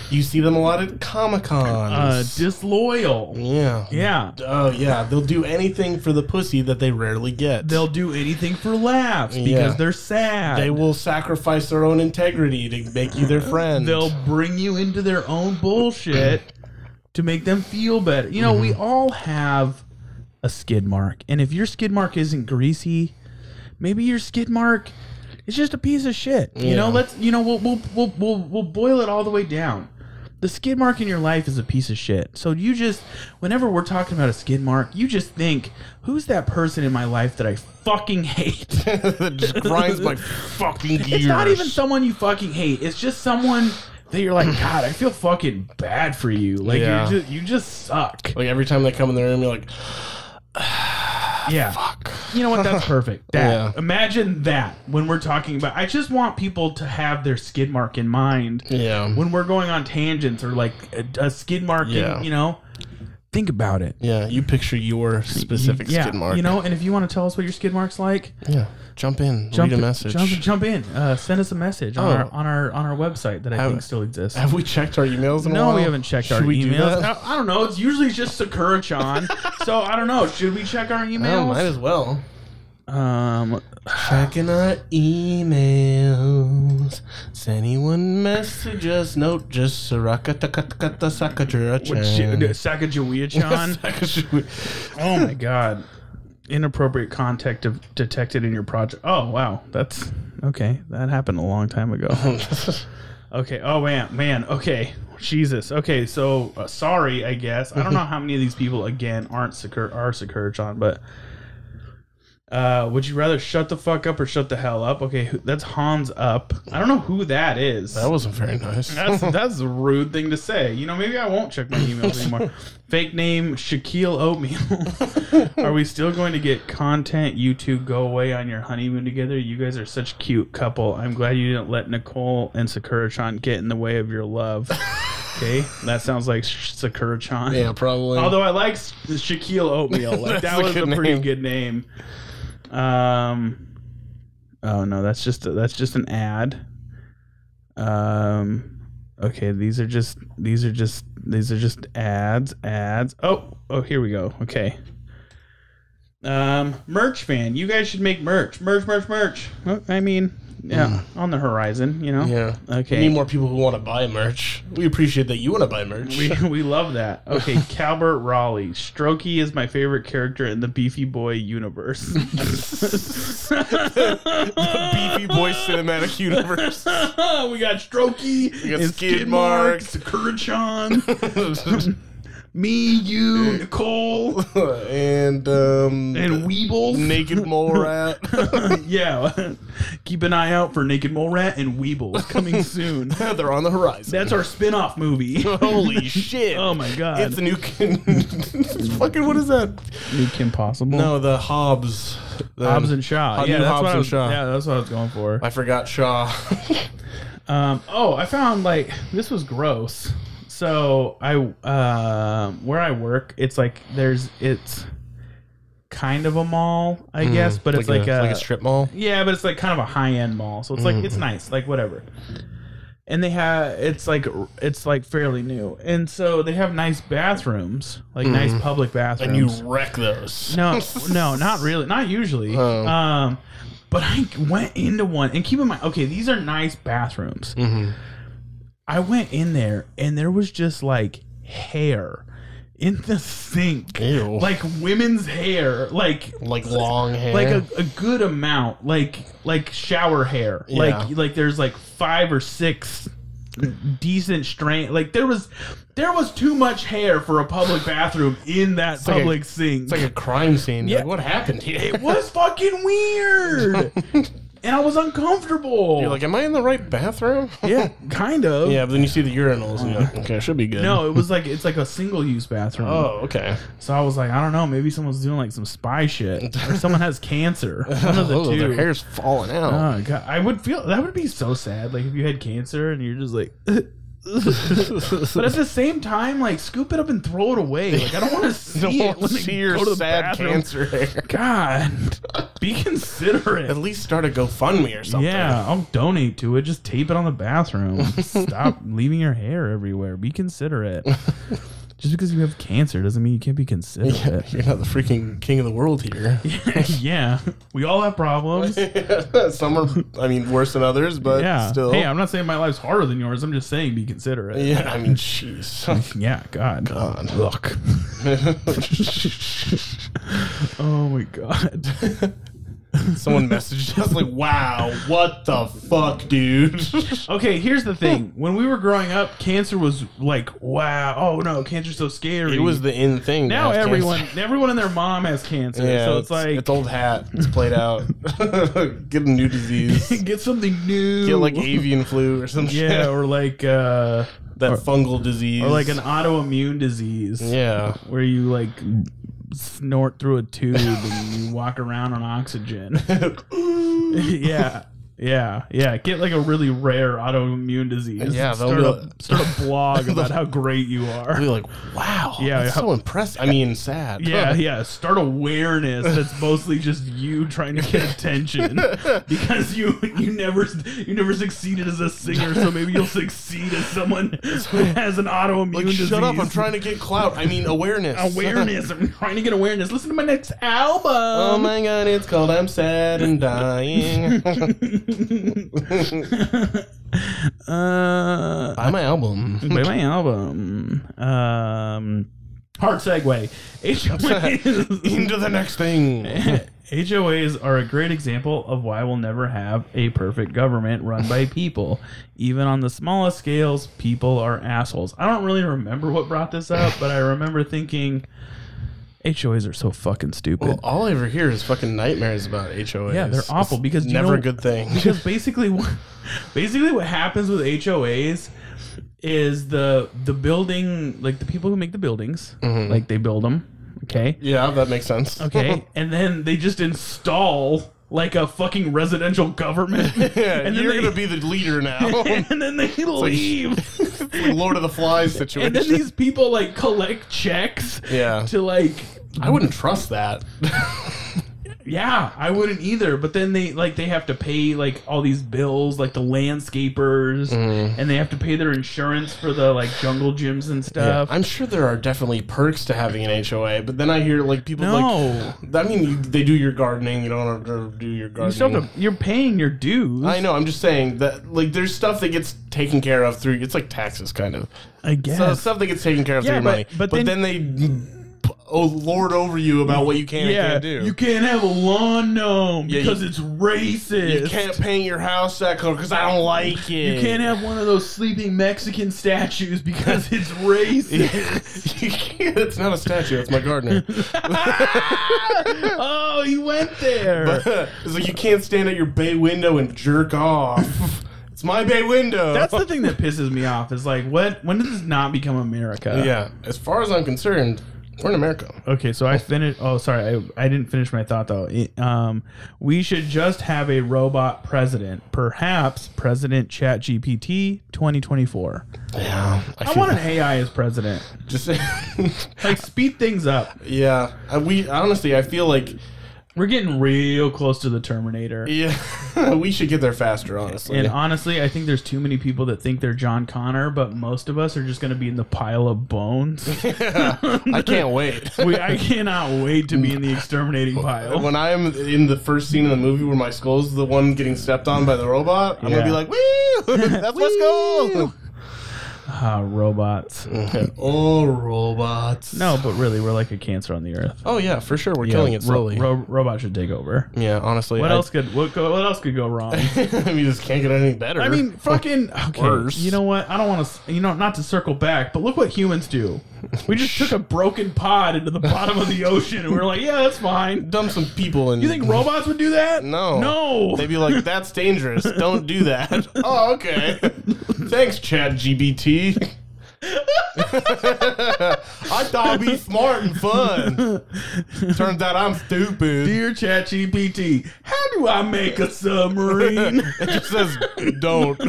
Speaker 2: you see them a lot at Comic Con.
Speaker 1: uh, disloyal.
Speaker 2: yeah.
Speaker 1: Yeah,
Speaker 2: Oh yeah, they'll do anything for the pussy that they rarely get.
Speaker 1: they'll do anything for laughs because
Speaker 2: Yeah.
Speaker 1: they're sad.
Speaker 2: they will sacrifice their own integrity to make you
Speaker 1: [laughs]
Speaker 2: their friend. [laughs]
Speaker 1: They'll bring you into their own bullshit to make them feel better. You know, we all have a skid mark, and if your skid mark isn't greasy, maybe your skid mark is just a piece of shit. You know,
Speaker 2: Yeah.
Speaker 1: let's you know we'll we'll, we'll we'll we'll boil it all the way down. The skid mark in your life is a piece of shit. So you just, whenever we're talking about a skid mark, you just think, who's that person in my life that I fucking hate?
Speaker 2: that just grinds my fucking gears.
Speaker 1: [laughs] It's not even someone you fucking hate. It's just someone that you're like, God, I feel fucking bad for you. Like
Speaker 2: Yeah.
Speaker 1: you just you just suck.
Speaker 2: like every time they come in the room, you're like,
Speaker 1: yeah. You know what?
Speaker 2: [laughs]
Speaker 1: That's perfect. That
Speaker 2: Ah, Yeah.
Speaker 1: imagine that when we're talking about. I just want people to have their skid mark in mind
Speaker 2: yeah,
Speaker 1: when we're going on tangents or like a, a skid mark.
Speaker 2: Yeah.
Speaker 1: In, you know, think about it.
Speaker 2: yeah. You picture your specific
Speaker 1: yeah,
Speaker 2: skid mark.
Speaker 1: you know, and if you want to tell us what your skid mark's like,
Speaker 2: yeah. Jump in.
Speaker 1: jump
Speaker 2: read a message.
Speaker 1: jump, jump in, uh, send us a message on,
Speaker 2: Oh.
Speaker 1: our, on our on our website that I
Speaker 2: Have-
Speaker 1: think still exists.
Speaker 2: [laughs] Have we checked our emails? In a
Speaker 1: No,
Speaker 2: while?
Speaker 1: we haven't checked our
Speaker 2: Should we do
Speaker 1: emails.
Speaker 2: that?
Speaker 1: I, I don't know. It's usually just Sakurachan. so I don't know. Should we check our
Speaker 2: Well, Oh, might
Speaker 1: emails?
Speaker 2: as well. Uh,
Speaker 1: um,
Speaker 2: Checking our emails. Does anyone message us? Nope, just Sarakatakatakata [laughs] Sakajurachan.
Speaker 1: Sakajawiachan. uh, oh my god. Inappropriate contact de- detected in your project. Oh wow, that's okay. That happened a long time
Speaker 2: [laughs]
Speaker 1: ago. Okay. Oh man, man. Okay. Jesus. Okay. So uh, sorry, I guess. I don't know how many of these people again aren't secure are secure, John, but uh, would you rather shut the fuck up or shut the hell up? Okay, who, that's Hans up. I don't know who that is.
Speaker 2: That wasn't very nice.
Speaker 1: that's that's a rude thing to say. You know, maybe I won't check my emails anymore. Fake name Shaquille Oatmeal. are we still going to get content? You two go away on your honeymoon together. You guys are such cute couple. I'm glad you didn't let Nicole and Sakura-chan get in the way of your love. Okay, that sounds like Sh- Sakura-chan.
Speaker 2: yeah, probably.
Speaker 1: Although I like Sh- Shaquille Oatmeal.
Speaker 2: [laughs]
Speaker 1: Like,
Speaker 2: That's
Speaker 1: that
Speaker 2: a
Speaker 1: was a
Speaker 2: good
Speaker 1: pretty
Speaker 2: name.
Speaker 1: good name. Um. Oh no, that's just that's just an ad. Um. Okay, these are just these are just these are just ads ads. Oh oh, here we go. Okay. Um, merch fan, you guys should make merch, merch, merch, merch. Well, I mean, yeah, on the horizon, you know.
Speaker 2: Hmm. yeah.
Speaker 1: Okay.
Speaker 2: We need more people who want to buy merch. We appreciate that you want to buy merch.
Speaker 1: We,
Speaker 2: [laughs]
Speaker 1: we love that. Okay, Calbert Raleigh. Strokey is my favorite character in the Beefy Boy
Speaker 2: [laughs]
Speaker 1: universe. [laughs]
Speaker 2: Beefy Boy Cinematic Universe.
Speaker 1: we got Strokey. We
Speaker 2: got Skid Mark.
Speaker 1: Kurchan. Me, you, Nicole,
Speaker 2: [laughs] and um,
Speaker 1: and Weebles.
Speaker 2: naked mole [laughs] rat.
Speaker 1: [laughs] yeah. Keep an eye out for Naked Mole Rat and Weebles
Speaker 2: [laughs]
Speaker 1: coming soon.
Speaker 2: They're on the horizon.
Speaker 1: That's our spin-off
Speaker 2: [laughs]
Speaker 1: movie. [laughs]
Speaker 2: Holy shit!
Speaker 1: Oh my god.
Speaker 2: It's the new. [laughs] it's fucking what is that?
Speaker 1: new Kim Possible.
Speaker 2: No, the Hobbs. The-
Speaker 1: Hobbs and Shaw.
Speaker 2: Hob-
Speaker 1: Yeah,
Speaker 2: new
Speaker 1: that's
Speaker 2: Hobbs
Speaker 1: what I
Speaker 2: and
Speaker 1: was,
Speaker 2: Shaw.
Speaker 1: yeah, that's what I was going for.
Speaker 2: I
Speaker 1: [laughs]
Speaker 2: forgot Shaw.
Speaker 1: Um, oh, I found like this was gross. So I um where I work, it's like there's it's kind of a mall, I guess, but it's Hmm, like, a, Hmm.
Speaker 2: like a strip mall.
Speaker 1: yeah, but it's like kind of a high end mall, so it's like it's nice, like whatever. And they have it's like it's like fairly new, and so they have nice bathrooms, like nice public bathrooms.
Speaker 2: wreck those. [laughs]
Speaker 1: No, no, not really. Not usually.
Speaker 2: Oh.
Speaker 1: Um, but I went into one, and keep in mind, okay, these are nice bathrooms.
Speaker 2: Mm-hmm.
Speaker 1: I went in there, and there was just like hair in the sink,
Speaker 2: Ew.
Speaker 1: like women's hair, like
Speaker 2: Like long hair.
Speaker 1: like a, a good amount, like like shower hair,
Speaker 2: Yeah.
Speaker 1: like like there's like five or six decent strain. Like there was. There was too much hair for a public bathroom in that
Speaker 2: like a-
Speaker 1: public sink.
Speaker 2: It's like a crime scene.
Speaker 1: Yeah.
Speaker 2: Like, what happened here?
Speaker 1: It was fucking weird. and I was uncomfortable.
Speaker 2: You're like, am I in the right bathroom? [laughs]
Speaker 1: yeah, kind of.
Speaker 2: yeah, but then you see the urinals and you're like, okay, I should be good.
Speaker 1: No, it was like it's like a single use bathroom.
Speaker 2: Oh, okay.
Speaker 1: So I was like, I don't know, maybe someone's doing like some spy shit.
Speaker 2: [laughs]
Speaker 1: Or someone has cancer. One of the
Speaker 2: oh,
Speaker 1: two.
Speaker 2: their hair's falling out. [laughs]
Speaker 1: Oh god. I would feel that would be so sad. Like if you had cancer and you're just like [laughs] [laughs] But at the same time, like scoop it up and throw it away. Like I don't want
Speaker 2: [laughs]
Speaker 1: to [laughs] see it when
Speaker 2: see
Speaker 1: they
Speaker 2: your
Speaker 1: go to the
Speaker 2: sad
Speaker 1: bathroom.
Speaker 2: cancer hair.
Speaker 1: God, be considerate.
Speaker 2: At least start a GoFundMe or something.
Speaker 1: Yeah, I'll donate to it. Just tape it on the
Speaker 2: [laughs]
Speaker 1: bathroom. Stop leaving your hair everywhere. Be
Speaker 2: [laughs]
Speaker 1: considerate. Just because you have cancer doesn't mean you can't be
Speaker 2: Yeah,
Speaker 1: considerate.
Speaker 2: [laughs] You're not the freaking king of the world here.
Speaker 1: [laughs] yeah, we all have problems.
Speaker 2: [laughs] Some are, I mean, worse than others, but
Speaker 1: Yeah.
Speaker 2: still.
Speaker 1: Hey, I'm not saying my life's harder than yours. I'm just saying be considerate.
Speaker 2: yeah, I mean, [laughs] jeez.
Speaker 1: Yeah, God.
Speaker 2: God. [laughs]
Speaker 1: Look. oh my God. [laughs]
Speaker 2: Someone messaged us like, "Wow, what the
Speaker 1: [laughs]
Speaker 2: fuck, dude?"
Speaker 1: Okay, here's the thing. When we were growing up, cancer was like, wow. Oh no, cancer's so scary.
Speaker 2: it was the in thing. to
Speaker 1: now
Speaker 2: have cancer.
Speaker 1: everyone, everyone and their mom has cancer.
Speaker 2: Yeah,
Speaker 1: so it's, like
Speaker 2: it's old hat. It's played out. [laughs] Get a new disease.
Speaker 1: [laughs] get something new. [laughs]
Speaker 2: Get like avian flu or some shit.
Speaker 1: yeah, or like uh,
Speaker 2: that fungal disease.
Speaker 1: or like an autoimmune disease
Speaker 2: yeah. [laughs]
Speaker 1: [laughs] where you like snort through a tube and you walk around on oxygen. [laughs] yeah. Yeah, yeah. Get like a really rare autoimmune disease.
Speaker 2: Yeah, they'll
Speaker 1: start
Speaker 2: be-
Speaker 1: a, start a
Speaker 2: [laughs]
Speaker 1: blog about how great you
Speaker 2: Be
Speaker 1: are.
Speaker 2: like, wow.
Speaker 1: Yeah,
Speaker 2: that's
Speaker 1: yeah.
Speaker 2: so impressive. I mean, sad.
Speaker 1: [laughs]
Speaker 2: [laughs]
Speaker 1: Yeah, yeah. Start awareness that's mostly just you trying to get
Speaker 2: [laughs]
Speaker 1: attention because you you never you never succeeded as a singer, so maybe you'll succeed as someone who has an autoimmune
Speaker 2: Like,
Speaker 1: disease.
Speaker 2: shut up! I'm trying to get clout. I mean,
Speaker 1: [laughs]
Speaker 2: awareness.
Speaker 1: awareness. I'm trying to get awareness. Listen to my next album.
Speaker 2: [laughs] Oh my god, it's called I'm Sad
Speaker 1: [laughs]
Speaker 2: and Dying.
Speaker 1: uh,
Speaker 2: Buy my
Speaker 1: [laughs]
Speaker 2: album.
Speaker 1: by my album. Um, hard segue. HOAs.
Speaker 2: [laughs]
Speaker 1: [laughs]
Speaker 2: Into the next thing. [laughs]
Speaker 1: HOAs are a great example of why we'll never have a perfect government run by people. Even on the smallest scales, people are assholes. I don't really remember what brought this up, but I remember thinking HOAs are so fucking stupid.
Speaker 2: Well, all I ever hear is fucking nightmares about HOAs.
Speaker 1: Yeah, they're awful
Speaker 2: It's
Speaker 1: because you
Speaker 2: never
Speaker 1: don't-
Speaker 2: a good thing.
Speaker 1: [laughs] because basically what- basically what happens with HOAs is the the building like the people who make the buildings like they build them okay
Speaker 2: [laughs] Mm-hmm. yeah, that makes sense.
Speaker 1: okay and then they just install like a fucking residential government
Speaker 2: [laughs] [laughs] Yeah,
Speaker 1: and then
Speaker 2: you're
Speaker 1: they- [laughs]
Speaker 2: gonna be the leader now. [laughs]
Speaker 1: and then they leave
Speaker 2: Lord of the Flies
Speaker 1: and then
Speaker 2: situation.
Speaker 1: these people like collect checks
Speaker 2: yeah,
Speaker 1: [laughs] to like
Speaker 2: I wouldn't trust that. [laughs]
Speaker 1: Yeah, I wouldn't either. But then they like they have to pay like all these bills, like the landscapers,
Speaker 2: Mm-hmm.
Speaker 1: and they have to pay their insurance for the like jungle gyms and stuff.
Speaker 2: I'm sure there are definitely perks to having an HOA, but then I hear like people
Speaker 1: no,
Speaker 2: like. I mean, you, they do your gardening. You don't have to do your gardening.
Speaker 1: you still have to, you're paying your dues.
Speaker 2: I know. I'm just saying that like there's stuff that gets taken care of through it's like taxes kind of.
Speaker 1: I guess.
Speaker 2: So stuff that gets taken care of
Speaker 1: Yeah,
Speaker 2: through your
Speaker 1: but-
Speaker 2: money.
Speaker 1: but
Speaker 2: But,
Speaker 1: then-
Speaker 2: then, they oh lord over you about what you can
Speaker 1: yeah,
Speaker 2: and can't do.
Speaker 1: you can't have a lawn gnome
Speaker 2: Yeah,
Speaker 1: because
Speaker 2: you-
Speaker 1: it's racist.
Speaker 2: You can't paint your house that color because I don't like it.
Speaker 1: You
Speaker 2: [laughs]
Speaker 1: can't have one of those sleeping Mexican statues because it's racist.
Speaker 2: you can't. It's not a statue. It's
Speaker 1: [laughs]
Speaker 2: my gardener.
Speaker 1: oh, he went there.
Speaker 2: [laughs] it's like you can't stand at your bay window and jerk [laughs] off. It's my bay window.
Speaker 1: That's the thing that pisses me off. Is like, what? When does this not become America?
Speaker 2: [laughs] yeah. As far as I'm concerned, we're in America.
Speaker 1: Okay, so I finished. Oh, sorry, I, I didn't finish my thought though. It- um, we should just have a robot president, perhaps President ChatGPT 2024.
Speaker 2: Yeah,
Speaker 1: I want an AI as president.
Speaker 2: just.
Speaker 1: Like, speed things up.
Speaker 2: [laughs] yeah, I, we honestly, I feel like
Speaker 1: We're getting real close to the Terminator.
Speaker 2: yeah, [laughs] we should get there faster. Honestly,
Speaker 1: And honestly, I think there's too many people that think they're John Connor, but most of us are just going to be in the pile of bones.
Speaker 2: [laughs] I can't [laughs] wait.
Speaker 1: we, I cannot wait to be in the exterminating pile.
Speaker 2: When I am in the first scene of the movie where my skull's the one getting stepped on by the robot, I'm gonna be
Speaker 1: Yeah.
Speaker 2: like, "Woo! [laughs] That's let's go!"
Speaker 1: Ah, robots.
Speaker 2: [laughs] oh, robots!
Speaker 1: No, but really, we're like a cancer on the earth.
Speaker 2: Oh yeah, for sure. We're
Speaker 1: Yeah,
Speaker 2: killing it
Speaker 1: ro-
Speaker 2: slowly.
Speaker 1: ro- robot should take over.
Speaker 2: yeah, honestly.
Speaker 1: What
Speaker 2: I-
Speaker 1: else could what, go, what else could go wrong?
Speaker 2: [laughs] we just can't get any better.
Speaker 1: [laughs] I mean, [laughs] fucking okay.
Speaker 2: Worse.
Speaker 1: You know what? I don't want to. You know, not to circle back, but look what humans do. We just took a broken pod into the bottom [laughs] of the ocean, and we we're like, yeah, that's fine.
Speaker 2: dump some people in.
Speaker 1: You [laughs] think robots would do that?
Speaker 2: No.
Speaker 1: no.
Speaker 2: They'd be like, "That's dangerous. Don't
Speaker 1: [laughs]
Speaker 2: do that." oh, okay. Thanks, Chad GBT. [laughs] I thought I'd be smart and fun. Turns out I'm stupid.
Speaker 1: Dear ChatGPT, how do I make a
Speaker 2: [laughs]
Speaker 1: submarine?
Speaker 2: [laughs] It just says, "Don't."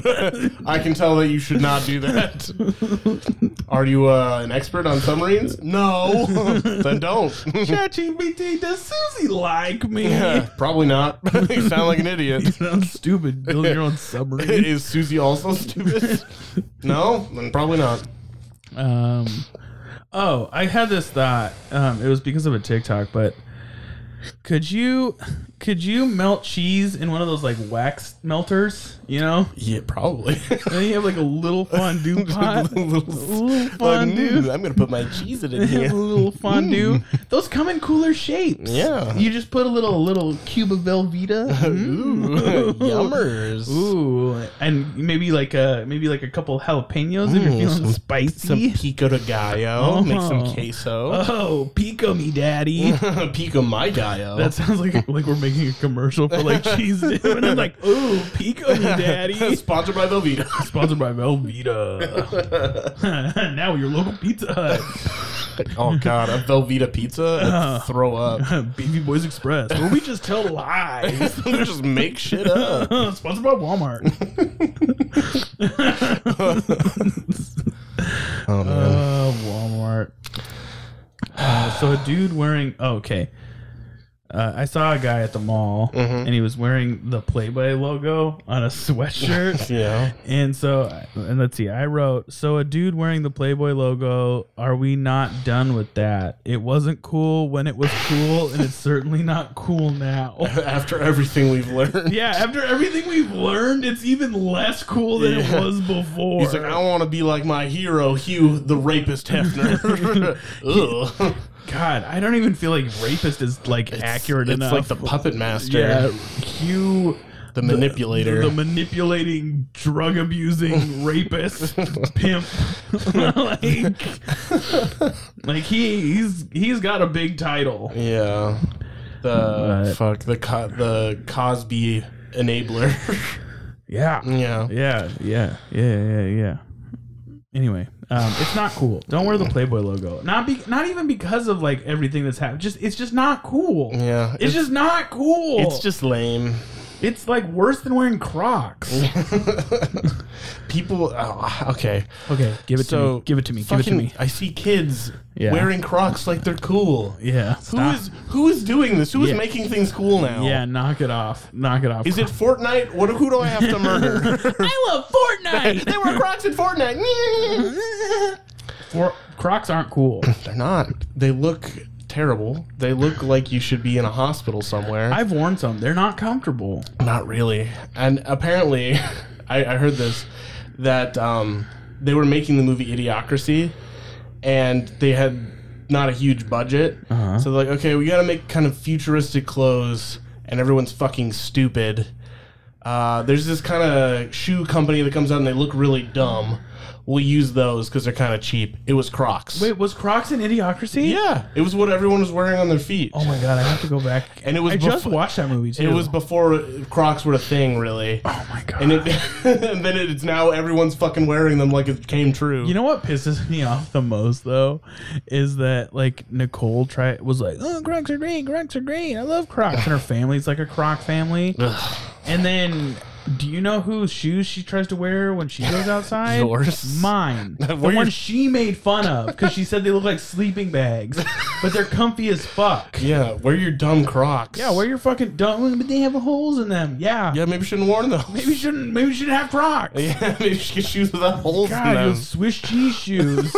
Speaker 2: [laughs] I can tell that you should not do that. Are you uh, an expert on submarines? No. [laughs] then don't. [laughs]
Speaker 1: ChatGPT, does Susie like me?
Speaker 2: Yeah, probably not. [laughs] you sound like an
Speaker 1: You
Speaker 2: idiot.
Speaker 1: sound [laughs] stupid. Build your
Speaker 2: [laughs]
Speaker 1: own submarine.
Speaker 2: Is Susie also [laughs] stupid? no, then probably not.
Speaker 1: Um, oh, I had this thought. Um, it was because of a TikTok, but could you could you melt cheese in one of those like wax melters? You know,
Speaker 2: Yeah, probably.
Speaker 1: and then you have like a little
Speaker 2: [laughs]
Speaker 1: fondue pot. Little fondue.
Speaker 2: I'm gonna put my cheese in it
Speaker 1: a [laughs]
Speaker 2: here. [laughs]
Speaker 1: little fondue. Those come in cooler shapes.
Speaker 2: Mm. Yeah.
Speaker 1: You just put a little little cube of Velveeta.
Speaker 2: [laughs]
Speaker 1: Mm.
Speaker 2: Ooh, yummers.
Speaker 1: Ooh, and maybe like a maybe like a couple jalapenos if you're feeling
Speaker 2: Mm. Some
Speaker 1: spicy.
Speaker 2: pico de gallo. Make some
Speaker 1: Oh.
Speaker 2: queso.
Speaker 1: [laughs] oh, pico me,
Speaker 2: [laughs]
Speaker 1: daddy.
Speaker 2: pico my gallo. [laughs]
Speaker 1: That sounds like [laughs] like we're making a commercial for like cheese dip, and I'm like, ooh, [laughs] pico me, daddy.
Speaker 2: sponsored by Velveeta. [laughs]
Speaker 1: Sponsored by Velveeta. [laughs] now your local Pizza Hut, [laughs]
Speaker 2: oh god, a Velveeta pizza. I'd Throw
Speaker 1: [laughs]
Speaker 2: up. [laughs]
Speaker 1: BB Boys Express, where we just tell lies.
Speaker 2: Just make shit up.
Speaker 1: [laughs] Sponsored by Walmart.
Speaker 2: [laughs] Oh man.
Speaker 1: Uh, Walmart. Uh, so a dude wearing oh, okay. Uh, I saw a guy at the mall,
Speaker 2: Mm-hmm.
Speaker 1: and he was wearing the Playboy logo on a sweatshirt.
Speaker 2: [laughs] yeah.
Speaker 1: and so, and let's see, I wrote, so a dude wearing the Playboy logo. Are we not done with that? It wasn't cool when it was cool, and it's certainly not cool now.
Speaker 2: After everything we've learned.
Speaker 1: Yeah, after everything we've learned, it's even less cool than
Speaker 2: Yeah.
Speaker 1: it was before.
Speaker 2: He's like, I want to be like my hero, Hugh the
Speaker 1: [laughs]
Speaker 2: Rapist Hefner. [laughs] Ugh.
Speaker 1: God, I don't even feel like rapist is like accurate
Speaker 2: it's
Speaker 1: enough.
Speaker 2: like the puppet master,
Speaker 1: yeah, Hugh,
Speaker 2: the manipulator.
Speaker 1: the manipulating, drug
Speaker 2: [laughs]
Speaker 1: abusing rapist pimp. [laughs] like, like he he's he's got a big title.
Speaker 2: yeah, the
Speaker 1: But-
Speaker 2: fuck the co- the Cosby enabler. [laughs]
Speaker 1: Yeah,
Speaker 2: yeah,
Speaker 1: yeah, yeah, yeah, yeah, yeah. Anyway, um, it's not cool. Don't wear the Playboy logo. Not be not even because of like everything that's happened. Just it's just not cool.
Speaker 2: yeah.
Speaker 1: It's, just not cool.
Speaker 2: it's just lame.
Speaker 1: It's like worse than wearing Crocs.
Speaker 2: People, oh, okay.
Speaker 1: Okay, give it to
Speaker 2: So
Speaker 1: me. Give it to me. Give it to
Speaker 2: fucking-
Speaker 1: me.
Speaker 2: I see kids
Speaker 1: Yeah.
Speaker 2: wearing Crocs like they're cool.
Speaker 1: Yeah.
Speaker 2: Who is who is doing this? Who is
Speaker 1: Yeah.
Speaker 2: making things cool now?
Speaker 1: Yeah, knock it off. Knock it off.
Speaker 2: Is it Fortnite? What? Who do I have
Speaker 1: [laughs]
Speaker 2: to murder?
Speaker 1: I love Fortnite.
Speaker 2: [laughs] they were Crocs in Fortnite.
Speaker 1: For- Crocs aren't cool.
Speaker 2: They're not. They look terrible. They look like you should be in a hospital somewhere.
Speaker 1: I've worn some. They're not comfortable.
Speaker 2: not really. And apparently, [laughs] I, I heard this that um, they were making the movie Idiocracy, and they had not a huge budget.
Speaker 1: Uh-huh.
Speaker 2: So they're like, okay, we got to make kind of futuristic clothes, and everyone's fucking stupid. Uh, there's this kind of shoe company that comes out and they look really dumb. We'll use those because they're kind of cheap. It was Crocs.
Speaker 1: Wait, was Crocs an idiocracy?
Speaker 2: yeah, it was what everyone was wearing on their feet.
Speaker 1: Oh my god, I have to go back.
Speaker 2: And it was
Speaker 1: I just
Speaker 2: befo-
Speaker 1: watched that movie too.
Speaker 2: It was before Crocs were a thing, really.
Speaker 1: Oh my god.
Speaker 2: And, it, [laughs] and then it's now everyone's fucking wearing them like it came true.
Speaker 1: You know what pisses me off the most though is that like Nicole try was like, "Oh, Crocs are great, Crocs are great. I love Crocs."
Speaker 2: [laughs]
Speaker 1: And her family's like a Croc family. And then do you know whose shoes she tries to wear when she
Speaker 2: [laughs]
Speaker 1: goes outside?
Speaker 2: Yours. [laughs]
Speaker 1: Mine. the
Speaker 2: Were
Speaker 1: one
Speaker 2: your-
Speaker 1: she made fun of because she said they look like sleeping bags, but they're comfy as fuck.
Speaker 2: [laughs] yeah, wear your dumb Crocs.
Speaker 1: Yeah, where your fucking dumb, but they have holes in them. Yeah.
Speaker 2: Yeah, maybe you shouldn't wear them.
Speaker 1: Maybe you shouldn't. Maybe you shouldn't have Crocs.
Speaker 2: [laughs] Yeah, maybe she could shoes without holes in
Speaker 1: God,
Speaker 2: them.
Speaker 1: those Swiss cheese
Speaker 2: [laughs]
Speaker 1: shoes.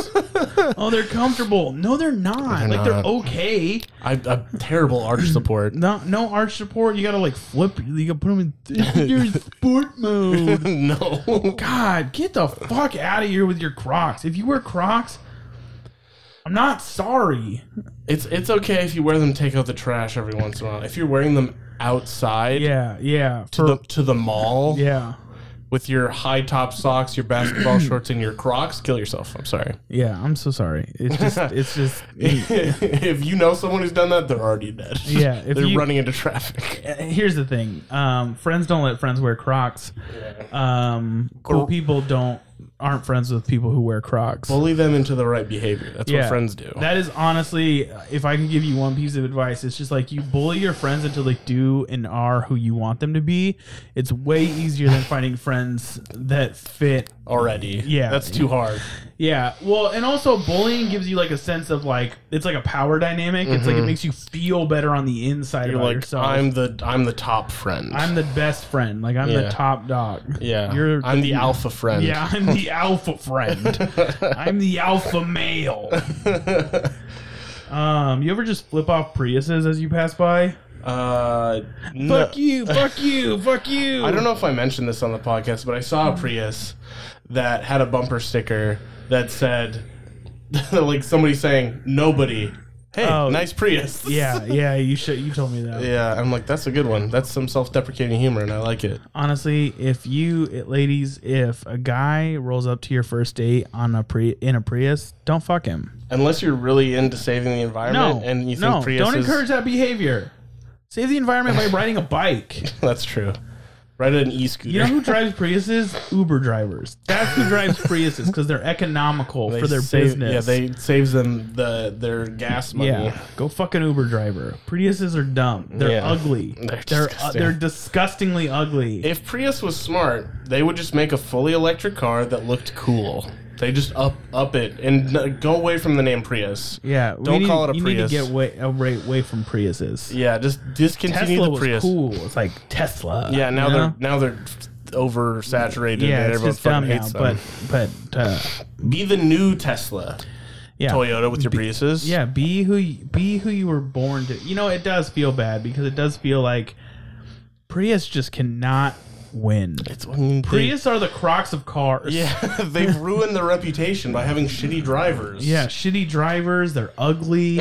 Speaker 1: oh, they're comfortable. No, they're not.
Speaker 2: They're
Speaker 1: like they're
Speaker 2: not.
Speaker 1: okay.
Speaker 2: I, a terrible arch
Speaker 1: [laughs]
Speaker 2: support.
Speaker 1: No, no arch support. You gotta like flip. You gotta put them in [laughs] your sport mode.
Speaker 2: [laughs] no.
Speaker 1: God, get the fuck out of here with your Crocs. If you wear Crocs, I'm not sorry.
Speaker 2: It's it's okay if you wear them take out the trash every once in a while. If you're wearing them outside
Speaker 1: Yeah, yeah,
Speaker 2: to the to the mall
Speaker 1: yeah,
Speaker 2: with your high top socks,
Speaker 1: [clears throat]
Speaker 2: your basketball shorts, and your Crocs, kill yourself. I'm sorry.
Speaker 1: yeah. I'm so sorry. It's
Speaker 2: [laughs]
Speaker 1: just, it's just.
Speaker 2: if you know someone who's done that, they're already dead.
Speaker 1: Yeah, if
Speaker 2: [laughs] they're
Speaker 1: you-
Speaker 2: running into traffic.
Speaker 1: eh, Here's the thing. Um, friends don't let friends wear Crocs. Um, cool
Speaker 2: Cor-
Speaker 1: people don't aren't friends with people who wear Crocs.
Speaker 2: Bully them into the right behavior. That's what
Speaker 1: Yeah.
Speaker 2: friends do.
Speaker 1: That is honestly, if I can give you one piece of advice, it's just like you bully your friends until they do and are who you want them to be. It's way easier than finding friends that fit.
Speaker 2: already.
Speaker 1: Yeah.
Speaker 2: that's too hard.
Speaker 1: Yeah. Well, and also bullying gives you like a sense of like it's like a power dynamic. It's like it makes you feel better on the inside
Speaker 2: Mm-hmm. You're
Speaker 1: about
Speaker 2: like
Speaker 1: yourself.
Speaker 2: I'm the I'm the top friend.
Speaker 1: I'm the best friend. Like I'm the
Speaker 2: Yeah.
Speaker 1: top dog.
Speaker 2: yeah.
Speaker 1: [laughs] You're
Speaker 2: I'm the alpha friend.
Speaker 1: Yeah,
Speaker 2: [laughs]
Speaker 1: I'm the alpha friend. I'm the alpha male. Um, you ever just flip off Priuses as you pass by?
Speaker 2: Uh, no.
Speaker 1: Fuck you, fuck you, fuck you.
Speaker 2: I don't know if I mentioned this on the podcast, but I saw a Prius that had a bumper sticker that said, [laughs] like somebody saying, "Nobody." Hey,
Speaker 1: Oh.
Speaker 2: nice Prius.
Speaker 1: Yeah, yeah, you should you told me that.
Speaker 2: Yeah, I'm like that's a good one. That's some self-deprecating humor, and I like it.
Speaker 1: Honestly, if you it, ladies, if a guy rolls up to your first date on a Pri in a Prius, don't fuck him.
Speaker 2: Unless you're really into saving the
Speaker 1: No.
Speaker 2: environment, and you think
Speaker 1: no,
Speaker 2: Prius
Speaker 1: don't
Speaker 2: is-
Speaker 1: encourage that behavior. Save the environment by riding a bike.
Speaker 2: [laughs] that's true. Right at an e-scooter.
Speaker 1: You know who drives Priuses? Uber drivers. That's who drives Priuses because they're economical
Speaker 2: They
Speaker 1: for their
Speaker 2: save-
Speaker 1: business.
Speaker 2: Yeah, they saves them the their gas money.
Speaker 1: Yeah, go fuck an Uber driver. Priuses are dumb. They're
Speaker 2: Yeah.
Speaker 1: ugly. They're
Speaker 2: [laughs] They're
Speaker 1: they're,
Speaker 2: disgusting.
Speaker 1: they're disgustingly ugly.
Speaker 2: If Prius was smart, they would just make a fully electric car that looked cool. They just up up it and n- go away from the name Prius.
Speaker 1: yeah, we
Speaker 2: don't
Speaker 1: need-
Speaker 2: call it a
Speaker 1: you
Speaker 2: Prius.
Speaker 1: need to get way away, away from Priuses.
Speaker 2: Yeah, just discontinue
Speaker 1: Tesla
Speaker 2: the
Speaker 1: was
Speaker 2: Prius.
Speaker 1: cool. It's like Tesla.
Speaker 2: Yeah, now
Speaker 1: you
Speaker 2: they're
Speaker 1: know?
Speaker 2: now they're oversaturated
Speaker 1: yeah,
Speaker 2: and
Speaker 1: it's
Speaker 2: everyone
Speaker 1: just dumb
Speaker 2: fucking
Speaker 1: now.
Speaker 2: hates
Speaker 1: But
Speaker 2: them.
Speaker 1: but uh,
Speaker 2: Be the new Tesla,
Speaker 1: yeah,
Speaker 2: Toyota with your Priuses.
Speaker 1: Yeah, be who you, be who you were born to. You know, it does feel bad because it does feel like Prius just cannot win.
Speaker 2: it's I mean, they-
Speaker 1: Prius are the Crocs of cars.
Speaker 2: Yeah, [laughs] they've ruined their reputation by having shitty drivers.
Speaker 1: Yeah, shitty drivers. They're [laughs] ugly.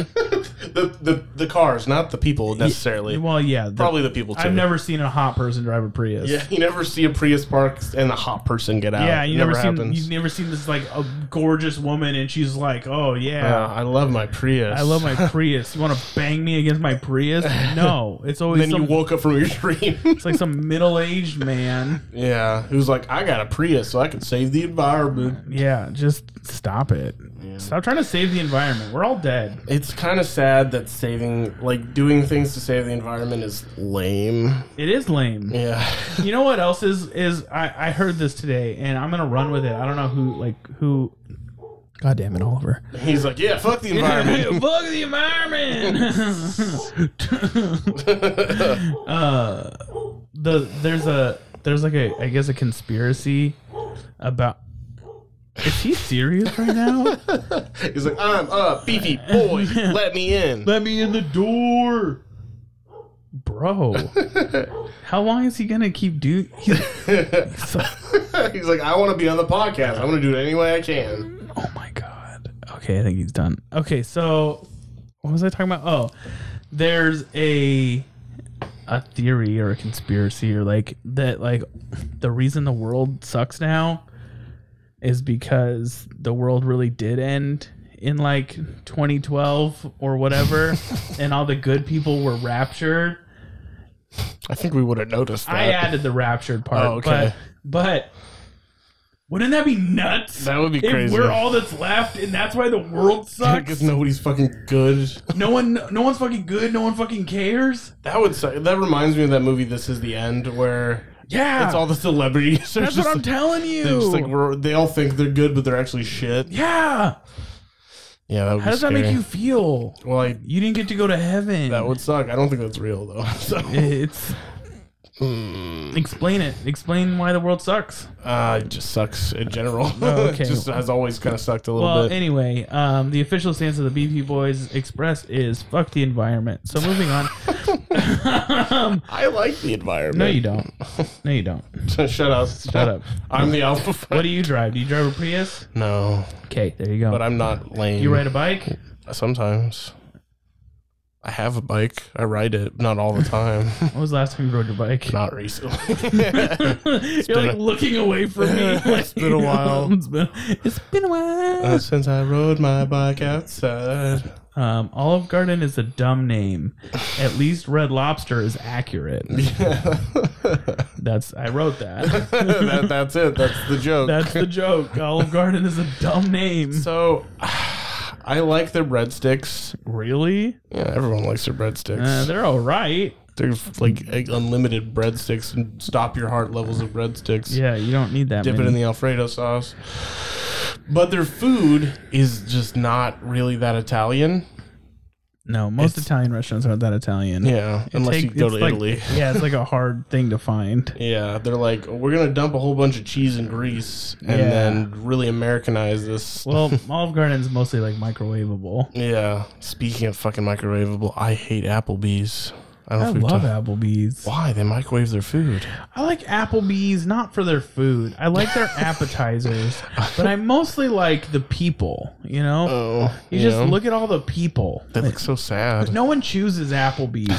Speaker 2: the the, the cars, not the people necessarily.
Speaker 1: well, yeah, the-
Speaker 2: Probably the people too.
Speaker 1: I've never seen a hot person drive a Prius.
Speaker 2: Yeah, you never see a Prius park and the hot person get out.
Speaker 1: Yeah,
Speaker 2: It
Speaker 1: you never, seen
Speaker 2: happens.
Speaker 1: you've never seen this like a gorgeous woman and she's like, "Oh yeah,
Speaker 2: Yeah, I love my Prius.
Speaker 1: I [laughs] love my Prius. You want to bang me against my [laughs] Prius?" No, it's always
Speaker 2: Then you
Speaker 1: some,
Speaker 2: woke up from your [laughs] dream.
Speaker 1: it's like some middle-aged man.
Speaker 2: yeah, who's like, I got a Prius, so I can save the environment.
Speaker 1: Yeah, just stop it. Stop trying to save the environment. We're all dead.
Speaker 2: It's kind of sad that saving, like, doing things to save the environment is lame.
Speaker 1: It is lame.
Speaker 2: Yeah, [laughs]
Speaker 1: you know what else is is I, I heard this today and I'm gonna run with it. I don't know who like who. God damn it, Oliver.
Speaker 2: he's like, yeah, fuck
Speaker 1: [laughs]
Speaker 2: the environment.
Speaker 1: Fuck the environment. [laughs] uh, the there's a there's like a I guess a conspiracy about. Is he serious right now?
Speaker 2: he's like, I'm a beefy
Speaker 1: [laughs]
Speaker 2: boy. Let me in.
Speaker 1: Let me in the door, [laughs] bro. How long is he gonna keep do? He's, he's like,
Speaker 2: [laughs] he's like, I want to be on the podcast. I'm gonna do it any way I can.
Speaker 1: oh my god. Okay, Okay, I think he's done. Okay, so what was I talking about? Oh, there's a a theory or a conspiracy or like that like the reason the world sucks now is because the world really did end in like 2012 or [laughs] whatever and all the good people were raptured
Speaker 2: I think we would have noticed that.
Speaker 1: I added the raptured part,
Speaker 2: Oh, okay.
Speaker 1: but but wouldn't that be nuts?
Speaker 2: That would be
Speaker 1: if
Speaker 2: crazy.
Speaker 1: we're all that's left, and that's why the world
Speaker 2: [laughs] because
Speaker 1: sucks.
Speaker 2: nobody's fucking good.
Speaker 1: no one, no one's fucking good. No one fucking cares.
Speaker 2: That would suck. That reminds me of that movie. This is the end, where
Speaker 1: Yeah,
Speaker 2: it's all the celebrities. They're
Speaker 1: that's
Speaker 2: just,
Speaker 1: what I'm telling
Speaker 2: they're
Speaker 1: you.
Speaker 2: just like we're, they all think they're good, but they're actually shit.
Speaker 1: yeah,
Speaker 2: Yeah, that would
Speaker 1: how
Speaker 2: be
Speaker 1: does that make
Speaker 2: scary.
Speaker 1: you feel?
Speaker 2: Well, I,
Speaker 1: You didn't get to go to heaven.
Speaker 2: that would suck. I don't think that's real though. [laughs] So,
Speaker 1: [laughs] It's
Speaker 2: Mm.
Speaker 1: explain it. Explain why the world sucks.
Speaker 2: uh, it just sucks
Speaker 1: [laughs]
Speaker 2: in general.
Speaker 1: Oh, okay.
Speaker 2: it [laughs] just has always kind of sucked a little
Speaker 1: Well,
Speaker 2: bit.
Speaker 1: anyway, um, the official stance of the BP Boys Express is fuck the environment. So moving
Speaker 2: [laughs]
Speaker 1: on. um,
Speaker 2: I like the environment.
Speaker 1: no, you don't. No, you don't.
Speaker 2: don't. [laughs] Shut up.
Speaker 1: Shut up.
Speaker 2: I'm the alpha.
Speaker 1: [laughs] What do you drive? Do you drive a Prius?
Speaker 2: No,
Speaker 1: Okay, there you go.
Speaker 2: but I'm not lame.
Speaker 1: you ride a bike?
Speaker 2: Sometimes. I have a bike. I ride it, not all the [laughs] time.
Speaker 1: When was the last time you rode your bike?
Speaker 2: not recently.
Speaker 1: [laughs]
Speaker 2: [laughs]
Speaker 1: You're like
Speaker 2: a-
Speaker 1: looking away [laughs] from me.
Speaker 2: It's been a while.
Speaker 1: [laughs] it's, been, it's been a
Speaker 2: Uh,
Speaker 1: while.
Speaker 2: since I rode my bike outside.
Speaker 1: Um, Olive Garden is a dumb name. At least Red Lobster is accurate. [laughs] That's I wrote that.
Speaker 2: [laughs] that, that's it. That's the joke.
Speaker 1: That's the joke. Olive Garden is a dumb name.
Speaker 2: so, I like their breadsticks.
Speaker 1: really?
Speaker 2: Yeah, everyone likes their breadsticks.
Speaker 1: Uh, they're all right.
Speaker 2: They're like e, unlimited breadsticks and stop your heart levels of breadsticks.
Speaker 1: Yeah, you don't need that.
Speaker 2: dip it
Speaker 1: many.
Speaker 2: in the alfredo sauce but their food is just not really that italian
Speaker 1: no, most
Speaker 2: It's-
Speaker 1: italian restaurants aren't that Italian.
Speaker 2: yeah
Speaker 1: It
Speaker 2: unless
Speaker 1: take-
Speaker 2: you go
Speaker 1: it's
Speaker 2: to
Speaker 1: like-
Speaker 2: italy
Speaker 1: [laughs] yeah, it's like a hard thing to
Speaker 2: [laughs]
Speaker 1: find.
Speaker 2: yeah they're like we're gonna dump a whole bunch of cheese and grease and
Speaker 1: Yeah.
Speaker 2: then really americanize this
Speaker 1: Well, Olive Garden's mostly like microwavable.
Speaker 2: yeah speaking of fucking microwavable i hate applebee's i don't
Speaker 1: I
Speaker 2: know if we've
Speaker 1: love
Speaker 2: talked-
Speaker 1: Applebee's.
Speaker 2: why they microwave their food
Speaker 1: I like Applebee's not for their food. I like
Speaker 2: [laughs]
Speaker 1: their appetizers, but I mostly like the people. You know,
Speaker 2: oh
Speaker 1: you
Speaker 2: know?
Speaker 1: just look at all the people.
Speaker 2: they look so sad
Speaker 1: No one chooses
Speaker 2: [laughs]
Speaker 1: Applebee's.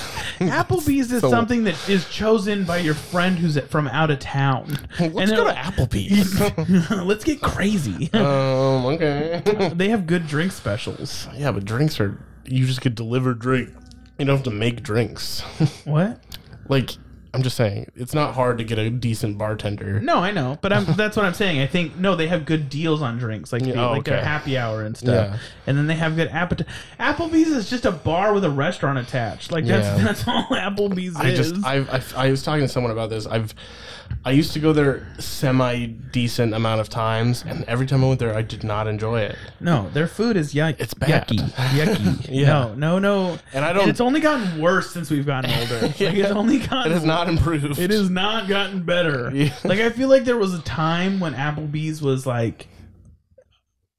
Speaker 1: Applebee's is
Speaker 2: So-
Speaker 1: something that is chosen by your friend who's from out of town.
Speaker 2: [laughs] let's
Speaker 1: they're
Speaker 2: go to
Speaker 1: like, [laughs]
Speaker 2: applebee's [laughs]
Speaker 1: Let's get crazy.
Speaker 2: um okay [laughs]
Speaker 1: they have good drink specials.
Speaker 2: Yeah, but drinks are you just get delivered drink. You don't have to make drinks. [laughs]
Speaker 1: What?
Speaker 2: like I'm just saying, it's not hard to get a decent bartender.
Speaker 1: No, I know, but I'm, that's what I'm saying. I think no, they have good deals on drinks, like the,
Speaker 2: Yeah, oh,
Speaker 1: like their
Speaker 2: okay.
Speaker 1: happy hour and stuff.
Speaker 2: Yeah.
Speaker 1: And then they have good appetite. Applebee's is just a bar with a restaurant attached. Like that's
Speaker 2: Yeah.
Speaker 1: that's all Applebee's
Speaker 2: I
Speaker 1: is.
Speaker 2: just I've, I've I was talking to someone about this. I've I used to go there semi decent amount of times, and every time I went there, I did not enjoy it.
Speaker 1: no, their food is yuck.
Speaker 2: It's bad.
Speaker 1: Yucky. Yucky.
Speaker 2: [laughs] Yeah.
Speaker 1: No, no, no.
Speaker 2: And I don't-
Speaker 1: it's only gotten worse since we've gotten
Speaker 2: [laughs]
Speaker 1: older. Like it's only
Speaker 2: It
Speaker 1: gotten.
Speaker 2: has not improved.
Speaker 1: It has not gotten better.
Speaker 2: Yeah.
Speaker 1: Like I feel like there was a time when Applebee's was like,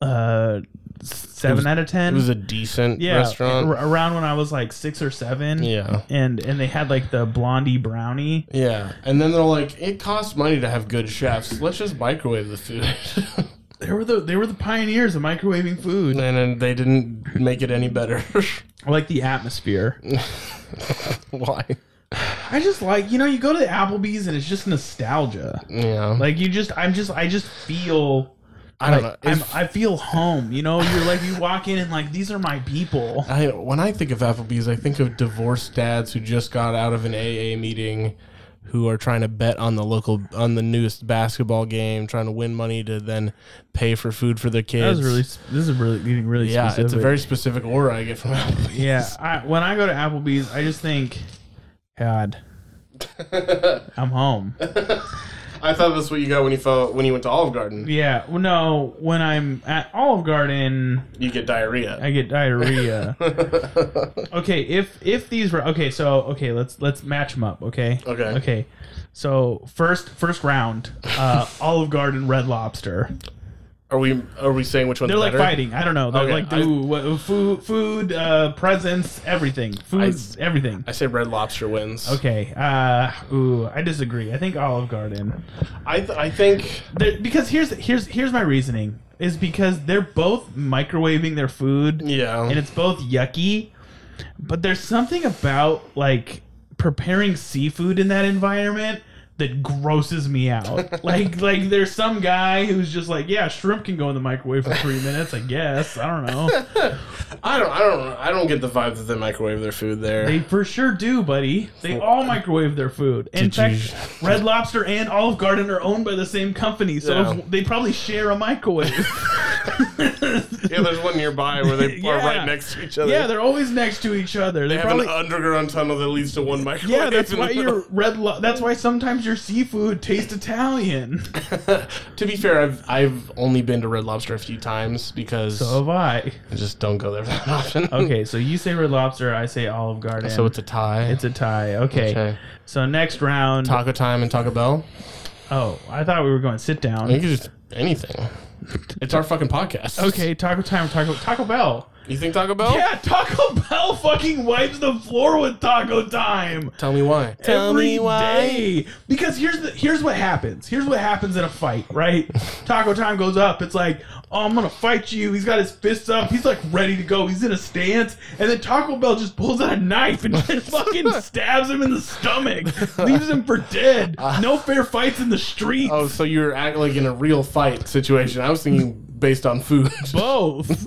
Speaker 1: uh, seven out of ten.
Speaker 2: It was a decent
Speaker 1: yeah,
Speaker 2: restaurant.
Speaker 1: ar- around when I was like six or seven.
Speaker 2: yeah.
Speaker 1: and and they had like the blondie brownie.
Speaker 2: Yeah, and then they're like, it costs money to have good chefs. Let's just microwave the food, [laughs]
Speaker 1: They were the they were the pioneers of microwaving
Speaker 2: and
Speaker 1: food.
Speaker 2: then they didn't make it any better. [laughs]
Speaker 1: I like the atmosphere.
Speaker 2: Why?
Speaker 1: I just like you know you go to the Applebee's and it's just nostalgia.
Speaker 2: Yeah,
Speaker 1: Like you just I'm just I just feel.
Speaker 2: I don't
Speaker 1: like,
Speaker 2: know.
Speaker 1: I'm,
Speaker 2: If-
Speaker 1: I feel home. You know, you're like you walk in and like these are my people.
Speaker 2: I when I think of Applebee's, I think of divorced dads who just got out of an AA meeting, who are trying to bet on the local on the newest basketball game, trying to win money to then pay for food for their
Speaker 1: That
Speaker 2: kids.
Speaker 1: was really. This is really getting really
Speaker 2: yeah,
Speaker 1: specific.
Speaker 2: it's a very specific aura I get from Applebee's.
Speaker 1: yeah. I, when I go to Applebee's, I just think, [laughs] God, I'm home.
Speaker 2: I thought that's what you got when you felt when you went to Olive Garden.
Speaker 1: Yeah. Well, no, when I'm at Olive Garden,
Speaker 2: You get diarrhea.
Speaker 1: I get
Speaker 2: [laughs]
Speaker 1: diarrhea. okay, if if these were okay, so okay, let's let's match them up. Okay.
Speaker 2: Okay.
Speaker 1: Okay. So first first round,
Speaker 2: [laughs]
Speaker 1: uh, Olive Garden, Red Lobster.
Speaker 2: Are we are we saying which one's
Speaker 1: They're like
Speaker 2: better?
Speaker 1: fighting. I don't know. They're
Speaker 2: Okay,
Speaker 1: like
Speaker 2: I-
Speaker 1: do what, food, food, uh, presence, everything, food, everything.
Speaker 2: I say Red Lobster wins.
Speaker 1: okay. Uh, ooh, I disagree. I think Olive Garden.
Speaker 2: I th- I think
Speaker 1: There- because here's here's here's my reasoning. is because they're both microwaving their food
Speaker 2: Yeah.
Speaker 1: and it's both yucky, but there's something about like preparing seafood in that environment that grosses me
Speaker 2: [laughs]
Speaker 1: out. like like there's some guy who's just like, yeah, shrimp can go in the microwave for 3 minutes, I guess. I don't
Speaker 2: [laughs]
Speaker 1: know.
Speaker 2: I don't. I don't. I don't get the vibe that they microwave their food there.
Speaker 1: They for sure do, buddy. They all microwave their food. In
Speaker 2: Did
Speaker 1: fact,
Speaker 2: you-
Speaker 1: Red Lobster and Olive Garden are owned by the same company, so
Speaker 2: Yeah.
Speaker 1: they probably share a microwave.
Speaker 2: [laughs] yeah, there's one nearby
Speaker 1: [laughs]
Speaker 2: where they
Speaker 1: Yeah.
Speaker 2: are right next to each other.
Speaker 1: yeah, they're always next to each other. They,
Speaker 2: they have
Speaker 1: probably
Speaker 2: an underground tunnel that leads to one microwave. [laughs]
Speaker 1: Yeah, that's
Speaker 2: in the
Speaker 1: why
Speaker 2: middle.
Speaker 1: your red. Lo- that's why sometimes your seafood tastes [laughs] Italian.
Speaker 2: to be fair, I've I've only been to Red Lobster a few times because
Speaker 1: I.
Speaker 2: I just don't go there [laughs] that often.
Speaker 1: Okay, so you say Red Lobster, I say Olive Garden.
Speaker 2: So it's a tie.
Speaker 1: it's a tie. Okay.
Speaker 2: Okay.
Speaker 1: So next round.
Speaker 2: Taco time and Taco Bell.
Speaker 1: Oh, I thought we were going sit
Speaker 2: You
Speaker 1: down.
Speaker 2: can just anything. It's our fucking podcast.
Speaker 1: Okay, Taco Time. Taco Taco Bell.
Speaker 2: You think Taco Bell?
Speaker 1: Yeah, Taco Bell fucking wipes the floor with Taco Time.
Speaker 2: Tell me why.
Speaker 1: Every day, Because here's the here's what happens. Here's what happens in a fight, right?
Speaker 2: [laughs]
Speaker 1: Taco time goes up. It's like, oh, I'm gonna fight you. He's got his fists up. He's like ready to go. He's in a stance, and then Taco Bell just pulls out a knife and just
Speaker 2: [laughs]
Speaker 1: fucking stabs him in the stomach, leaves him for
Speaker 2: [laughs]
Speaker 1: dead. No fair fights in the streets.
Speaker 2: Ah. Oh, so you're act like in a real fight situation. I was thinking based on food.
Speaker 1: [laughs]
Speaker 2: [laughs]
Speaker 1: Both.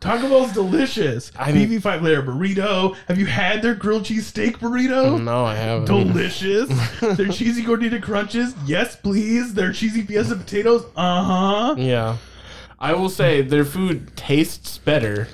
Speaker 1: Taco Bell's delicious.
Speaker 2: I mean-
Speaker 1: BB five layer burrito. Have you had their grilled cheese steak burrito?
Speaker 2: no, I haven't. [laughs]
Speaker 1: delicious. Their cheesy gordita crunches, yes please. Their cheesy fiesta potatoes, uh huh.
Speaker 2: Yeah. I will say their food tastes better,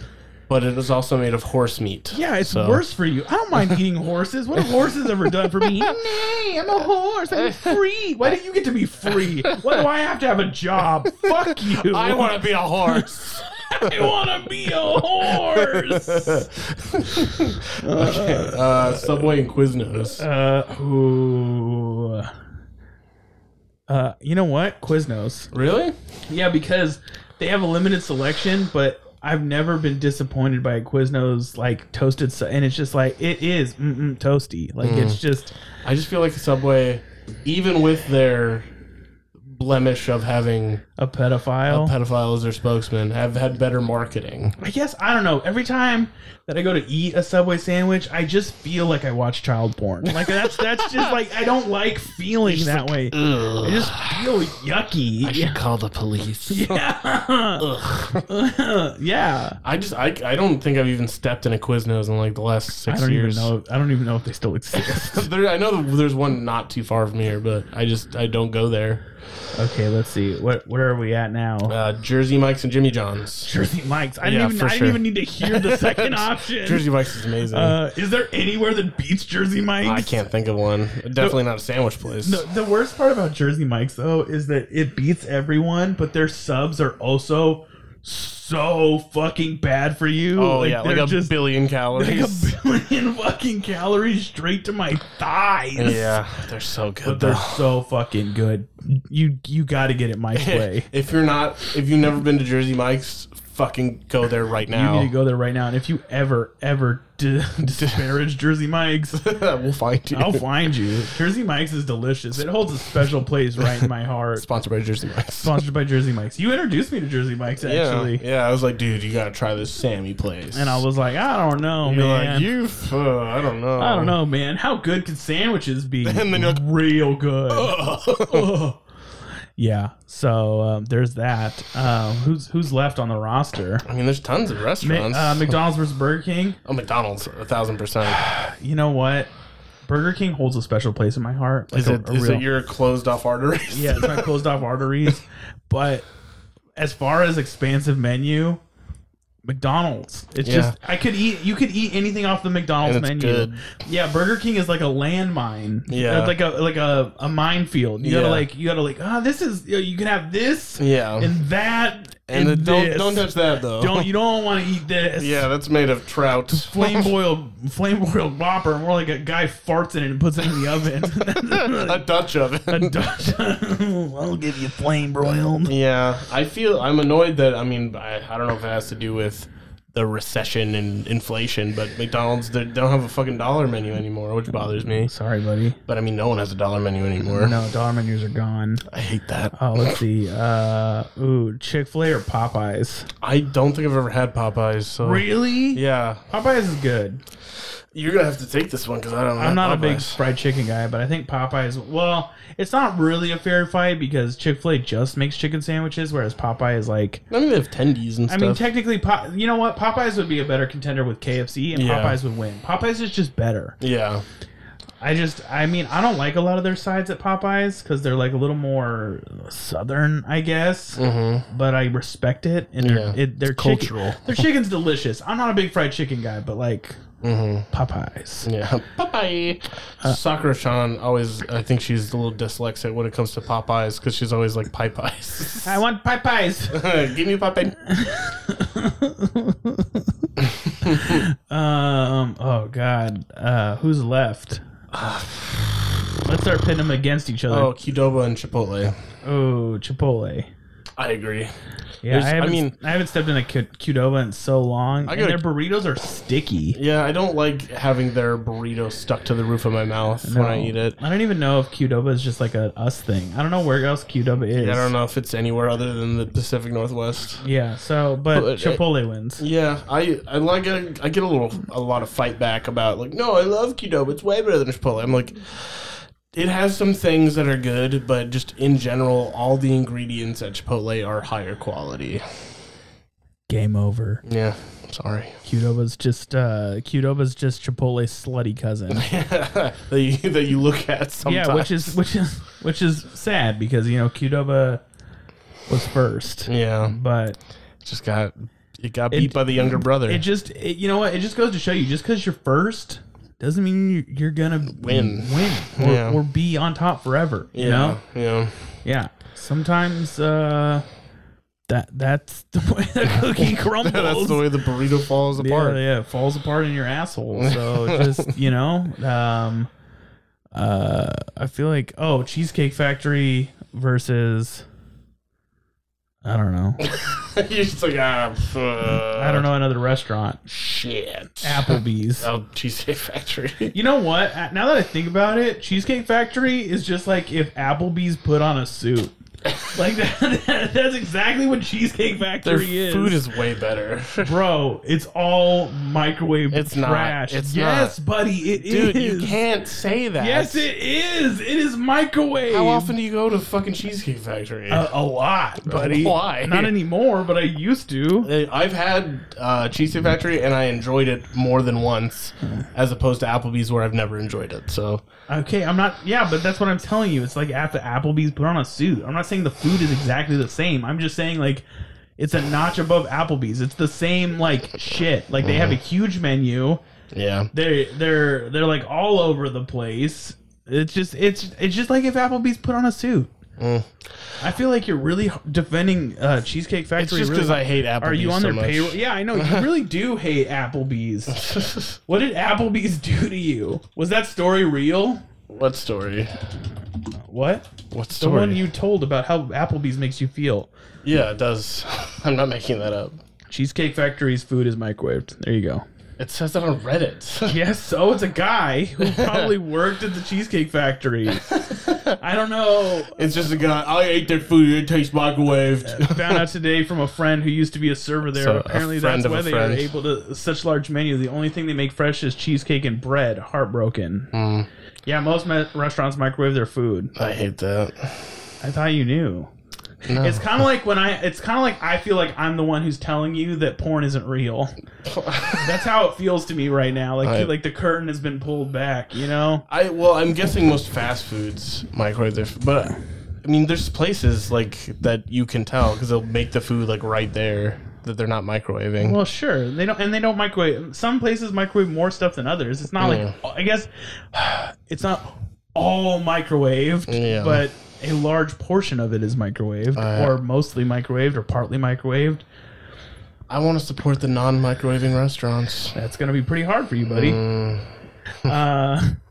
Speaker 2: but it is also made of horse meat.
Speaker 1: Yeah, it's
Speaker 2: So-
Speaker 1: worse for you. I don't mind eating horses.
Speaker 2: [laughs]
Speaker 1: What have horses ever done for me? Nay, I'm a horse. I'm free. Why do you get to be free? Why do I have to have a job? Fuck you.
Speaker 2: [laughs] I want to be a horse.
Speaker 1: I want to be a
Speaker 2: [laughs]
Speaker 1: horse.
Speaker 2: okay. Uh, Subway and Quiznos.
Speaker 1: Uh, ooh. Uh, you know what? Quiznos.
Speaker 2: Really?
Speaker 1: Yeah, because they have a limited selection, but I've never been disappointed by a Quiznos like toasted, so- and it's just like it is mm-mm, toasty. Like it's just
Speaker 2: I just feel like Subway, even with their blemish of having
Speaker 1: a pedophile.
Speaker 2: pedophile as their spokesman, have had better marketing.
Speaker 1: I guess I don't know. Every time that I go to eat a Subway sandwich, I just feel like I watch child porn. Like that's that's just like I don't like feeling that way. I just feel yucky. yeah.
Speaker 2: call the [laughs] police.
Speaker 1: Yeah. [laughs] yeah.
Speaker 2: I just I, I don't think I've even stepped in a Quiznos in like the last
Speaker 1: I
Speaker 2: six
Speaker 1: don't even
Speaker 2: years.
Speaker 1: know. I don't even know if they still exist.
Speaker 2: [laughs] There, I know there's one not too far from here, but I just I don't go there.
Speaker 1: okay, let's see. What where are we at now?
Speaker 2: Uh, Jersey Mike's and Jimmy John's.
Speaker 1: Jersey Mike's. I didn't,
Speaker 2: Yeah,
Speaker 1: even,
Speaker 2: for
Speaker 1: I didn't
Speaker 2: sure.
Speaker 1: even need to hear
Speaker 2: [laughs]
Speaker 1: the second option.
Speaker 2: Jersey Mike's is amazing.
Speaker 1: Uh, is there anywhere that beats Jersey Mike's?
Speaker 2: I can't think of one. Definitely not a sandwich place.
Speaker 1: The, the worst part about Jersey Mike's though is that it beats everyone, but their subs are also so fucking bad for you.
Speaker 2: oh yeah, like
Speaker 1: they're
Speaker 2: a billion calories.
Speaker 1: like a billion [laughs] fucking calories straight to my thighs. [laughs]
Speaker 2: yeah, they're so good
Speaker 1: But they're
Speaker 2: though.
Speaker 1: so fucking good. You you got to get it
Speaker 2: [laughs]
Speaker 1: Mike's [laughs] way.
Speaker 2: if you're not, if you've never been to Jersey Mike's, fucking go there right
Speaker 1: You
Speaker 2: now.
Speaker 1: need to go there right now. And if you ever ever d- [laughs] disparage Jersey Mike's,
Speaker 2: [laughs] we'll find you.
Speaker 1: I'll find you. Jersey Mike's is delicious. It holds a special place right in my heart.
Speaker 2: Sponsored by Jersey Mike's.
Speaker 1: Sponsored by Jersey Mike's. You introduced me to Jersey Mike's actually,
Speaker 2: Yeah, yeah. I was like, dude, you gotta try this Sammy place.
Speaker 1: and I was like, I don't know,
Speaker 2: you're
Speaker 1: man.
Speaker 2: like, you, f- uh, I don't know.
Speaker 1: I don't know, man. How good can sandwiches be?
Speaker 2: [laughs] And then you're like,
Speaker 1: real good.
Speaker 2: know.
Speaker 1: Yeah. So um, there's that. Um, who's who's left on the roster?
Speaker 2: [laughs] I mean, there's tons of
Speaker 1: Ma-
Speaker 2: restaurants.
Speaker 1: uh, McDonald's versus Burger King.
Speaker 2: oh, McDonald's, a
Speaker 1: [sighs]
Speaker 2: thousand percent.
Speaker 1: You know what? Burger King holds a special place in my heart. Like
Speaker 2: Is
Speaker 1: a-
Speaker 2: it
Speaker 1: a
Speaker 2: is
Speaker 1: real-
Speaker 2: it your closed off arteries?
Speaker 1: Yeah, it's my closed off
Speaker 2: [laughs]
Speaker 1: arteries. But as far as expansive menu, McDonald's. It's
Speaker 2: Yeah.
Speaker 1: just I could eat. You could eat anything off the McDonald's
Speaker 2: And it's
Speaker 1: menu.
Speaker 2: good.
Speaker 1: Yeah, Burger King is like a landmine.
Speaker 2: Yeah.
Speaker 1: It's like a like a, a minefield. You gotta
Speaker 2: Yeah.
Speaker 1: like you gotta like ah this is you, know, you can have this
Speaker 2: [laughs] Yeah. And,
Speaker 1: and that
Speaker 2: the, don't
Speaker 1: this.
Speaker 2: don't touch that though.
Speaker 1: Don't- you don't want to eat this.
Speaker 2: [laughs] Yeah, that's made of trout. [laughs]
Speaker 1: Flame boiled, flame boiled whopper. More like a guy farts in it and puts it in the oven. [laughs]
Speaker 2: [laughs] a Dutch oven.
Speaker 1: A Dutch- I'll give you flame broiled.
Speaker 2: yeah, I feel I'm annoyed that I mean I, I don't know if it has to do with the recession and inflation, but McDonald's they don't have a fucking dollar menu anymore, which bothers me.
Speaker 1: Sorry, buddy.
Speaker 2: But I mean, no one has a dollar menu anymore.
Speaker 1: No, dollar menus are gone.
Speaker 2: I hate that.
Speaker 1: Oh, let's see. Uh, ooh, Chick Fil A or Popeyes?
Speaker 2: I don't think I've ever had Popeyes. So
Speaker 1: Really?
Speaker 2: yeah,
Speaker 1: Popeyes is good.
Speaker 2: you're gonna have to take this one because I don't.
Speaker 1: I'm not a big fried chicken guy, but I think Popeyes. Well, it's not really a fair fight because Chick Fil A just makes chicken sandwiches, whereas Popeye is like.
Speaker 2: I mean, they have tendies and
Speaker 1: I
Speaker 2: stuff.
Speaker 1: mean, technically, Pop, you know what? Popeyes would be a better contender with KFC, and
Speaker 2: Yeah.
Speaker 1: Popeyes would win. Popeyes is just better.
Speaker 2: yeah,
Speaker 1: I just, I mean, I don't like a lot of their sides at Popeyes because they're like a little more southern, I guess. But I respect it, and they're,
Speaker 2: Mm-hmm. Yeah.
Speaker 1: it, their
Speaker 2: It's
Speaker 1: chicken-
Speaker 2: cultural.
Speaker 1: their chicken's delicious. I'm not a big fried chicken guy, but like
Speaker 2: Mm-hmm.
Speaker 1: Popeyes.
Speaker 2: yeah. Popeye.
Speaker 1: Uh,
Speaker 2: Sakura Chan always. I think she's a little dyslexic when it comes to Popeyes because she's always like
Speaker 1: [laughs]
Speaker 2: pie pies.
Speaker 1: I want Popeyes.
Speaker 2: [laughs] Give me Popeye.
Speaker 1: Um. Oh God. Uh. Who's left? Let's start pitting them against each
Speaker 2: Oh,
Speaker 1: other.
Speaker 2: Qdoba and Chipotle.
Speaker 1: Oh, Chipotle.
Speaker 2: I agree.
Speaker 1: Yeah,
Speaker 2: There's-
Speaker 1: I,
Speaker 2: I
Speaker 1: haven't, I
Speaker 2: mean-
Speaker 1: haven't stepped in a Q- Qdoba in so long,
Speaker 2: gotta-
Speaker 1: and their burritos are sticky.
Speaker 2: Yeah, I don't like having their burrito stuck to the roof of my mouth when I
Speaker 1: No.
Speaker 2: eat it.
Speaker 1: I don't even know if Qdoba is just like a us thing. I don't know where else Qdoba is.
Speaker 2: I don't know if it's anywhere other than the Pacific Northwest.
Speaker 1: Yeah. So, but,
Speaker 2: But, uh,
Speaker 1: Chipotle wins.
Speaker 2: Yeah, I I like it. I get a little a lot of fight back about like no, I love Qdoba. It's way better than Chipotle. I'm like, it has some things that are good, but just in general, all the ingredients at Chipotle are higher quality.
Speaker 1: Game over.
Speaker 2: Yeah, sorry. [laughs]
Speaker 1: Qdoba's just uh Qdoba's just Chipotle's slutty
Speaker 2: [laughs]
Speaker 1: cousin.
Speaker 2: that you that you look at sometimes.
Speaker 1: Yeah, which is which is which is sad because you know Qdoba was first,
Speaker 2: yeah,
Speaker 1: but
Speaker 2: just got it got beat by the younger brother.
Speaker 1: it just it, you know what it just goes to show you just because you're first doesn't mean you- you're gonna
Speaker 2: Win.
Speaker 1: win or,
Speaker 2: Yeah.
Speaker 1: or be on top forever. You know,
Speaker 2: yeah. [laughs]
Speaker 1: yeah. Sometimes uh, that that's the [laughs] way the cookie crumbles.
Speaker 2: [laughs] That's the way the burrito falls apart.
Speaker 1: Yeah, yeah, it falls apart in your
Speaker 2: [laughs]
Speaker 1: asshole. So just you know, um, uh, I feel like oh, Cheesecake Factory versus I don't know,
Speaker 2: [laughs] You're just like, ah, uh,
Speaker 1: I don't know another restaurant,
Speaker 2: Shit.
Speaker 1: Applebee's.
Speaker 2: [laughs] Oh, Cheesecake Factory. [laughs]
Speaker 1: You know what? Uh, Now that I think about it, Cheesecake Factory is just like if Applebee's put on a suit. Like [laughs] that, that's exactly what Cheesecake
Speaker 2: Their
Speaker 1: Factory is.
Speaker 2: food is
Speaker 1: [laughs]
Speaker 2: way better.
Speaker 1: Bro, it's all microwave
Speaker 2: It's not.
Speaker 1: trash.
Speaker 2: It's
Speaker 1: yes, buddy, it is.
Speaker 2: Dude, you can't say that.
Speaker 1: Yes, it is. It is Uh, microwave.
Speaker 2: How often do you go to fucking Cheesecake Factory?
Speaker 1: A, a
Speaker 2: [laughs]
Speaker 1: lot, buddy.
Speaker 2: Why?
Speaker 1: Not anymore, but I used to.
Speaker 2: Uh, I've had uh, Cheesecake Factory and I enjoyed it more than once, as opposed to Applebee's where I've never enjoyed it. So
Speaker 1: Okay, I'm not. Yeah, but that's what I'm telling you. It's like after Applebee's put on a suit. I'm not saying the food is exactly the same. I'm just saying like it's a notch above Applebee's. It's the same like shit. Like they have a huge menu.
Speaker 2: yeah,
Speaker 1: They they're they're like all over the place. It's just it's it's just like if Applebee's put on a suit. I feel like you're really defending uh, Cheesecake Factory.
Speaker 2: it's just
Speaker 1: really
Speaker 2: because I hate Applebee's.
Speaker 1: Are you on
Speaker 2: so
Speaker 1: their
Speaker 2: much.
Speaker 1: payroll? Yeah, I know. You really do hate Applebee's. What did Applebee's do to you? Was that story real?
Speaker 2: [laughs] what story?
Speaker 1: What?
Speaker 2: What
Speaker 1: The
Speaker 2: story?
Speaker 1: one you told about how Applebee's makes you feel.
Speaker 2: yeah, it does. [laughs] I'm not making that up.
Speaker 1: Cheesecake Factory's food is microwaved. There you go.
Speaker 2: It says that on Reddit. [laughs]
Speaker 1: Yes, so it's a guy who probably worked at the Cheesecake Factory. I don't know.
Speaker 2: It's just a guy. I ate their food. It tastes microwaved.
Speaker 1: Found out today from a friend who used to be a server there.
Speaker 2: So, a
Speaker 1: Apparently,
Speaker 2: friend
Speaker 1: that's
Speaker 2: of a
Speaker 1: why they are
Speaker 2: friend.
Speaker 1: able to such large menu. The only thing they make fresh is cheesecake and bread. Heartbroken.
Speaker 2: Hmm.
Speaker 1: Yeah, most me- restaurants microwave their food.
Speaker 2: I hate that.
Speaker 1: I thought you knew. It's kind of like when I. It's kind of like I feel like I'm the one who's telling you that porn isn't real. That's how it feels to me right now. Like
Speaker 2: I-
Speaker 1: like the curtain has been pulled back. You know.
Speaker 2: I well, I'm guessing most fast foods microwave their, f- but I mean, there's places like that you can tell because they'll make the food like right there that they're not microwaving.
Speaker 1: Well, sure they don't, and they don't microwave. Some places microwave more stuff than others. It's not like I guess it's not all microwaved,
Speaker 2: Yeah.
Speaker 1: but a large portion of it is microwaved, or mostly microwaved, or partly microwaved.
Speaker 2: I want to support the non-microwaving restaurants. [laughs]
Speaker 1: That's gonna be pretty hard for you, buddy. Uh, [laughs]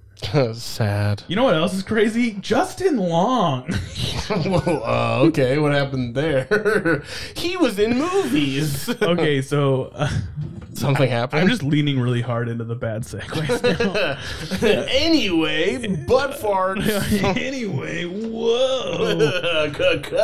Speaker 2: [laughs] Sad.
Speaker 1: you know what else is crazy? Justin Long. [laughs]
Speaker 2: well, uh, [laughs] okay, what happened there? he was in movies.
Speaker 1: okay, so uh,
Speaker 2: [laughs] Something happened.
Speaker 1: I'm just leaning really hard into the bad segue.
Speaker 2: [laughs] anyway,
Speaker 1: [laughs]
Speaker 2: butt farts.
Speaker 1: [laughs]
Speaker 2: Oh.
Speaker 1: anyway, whoa.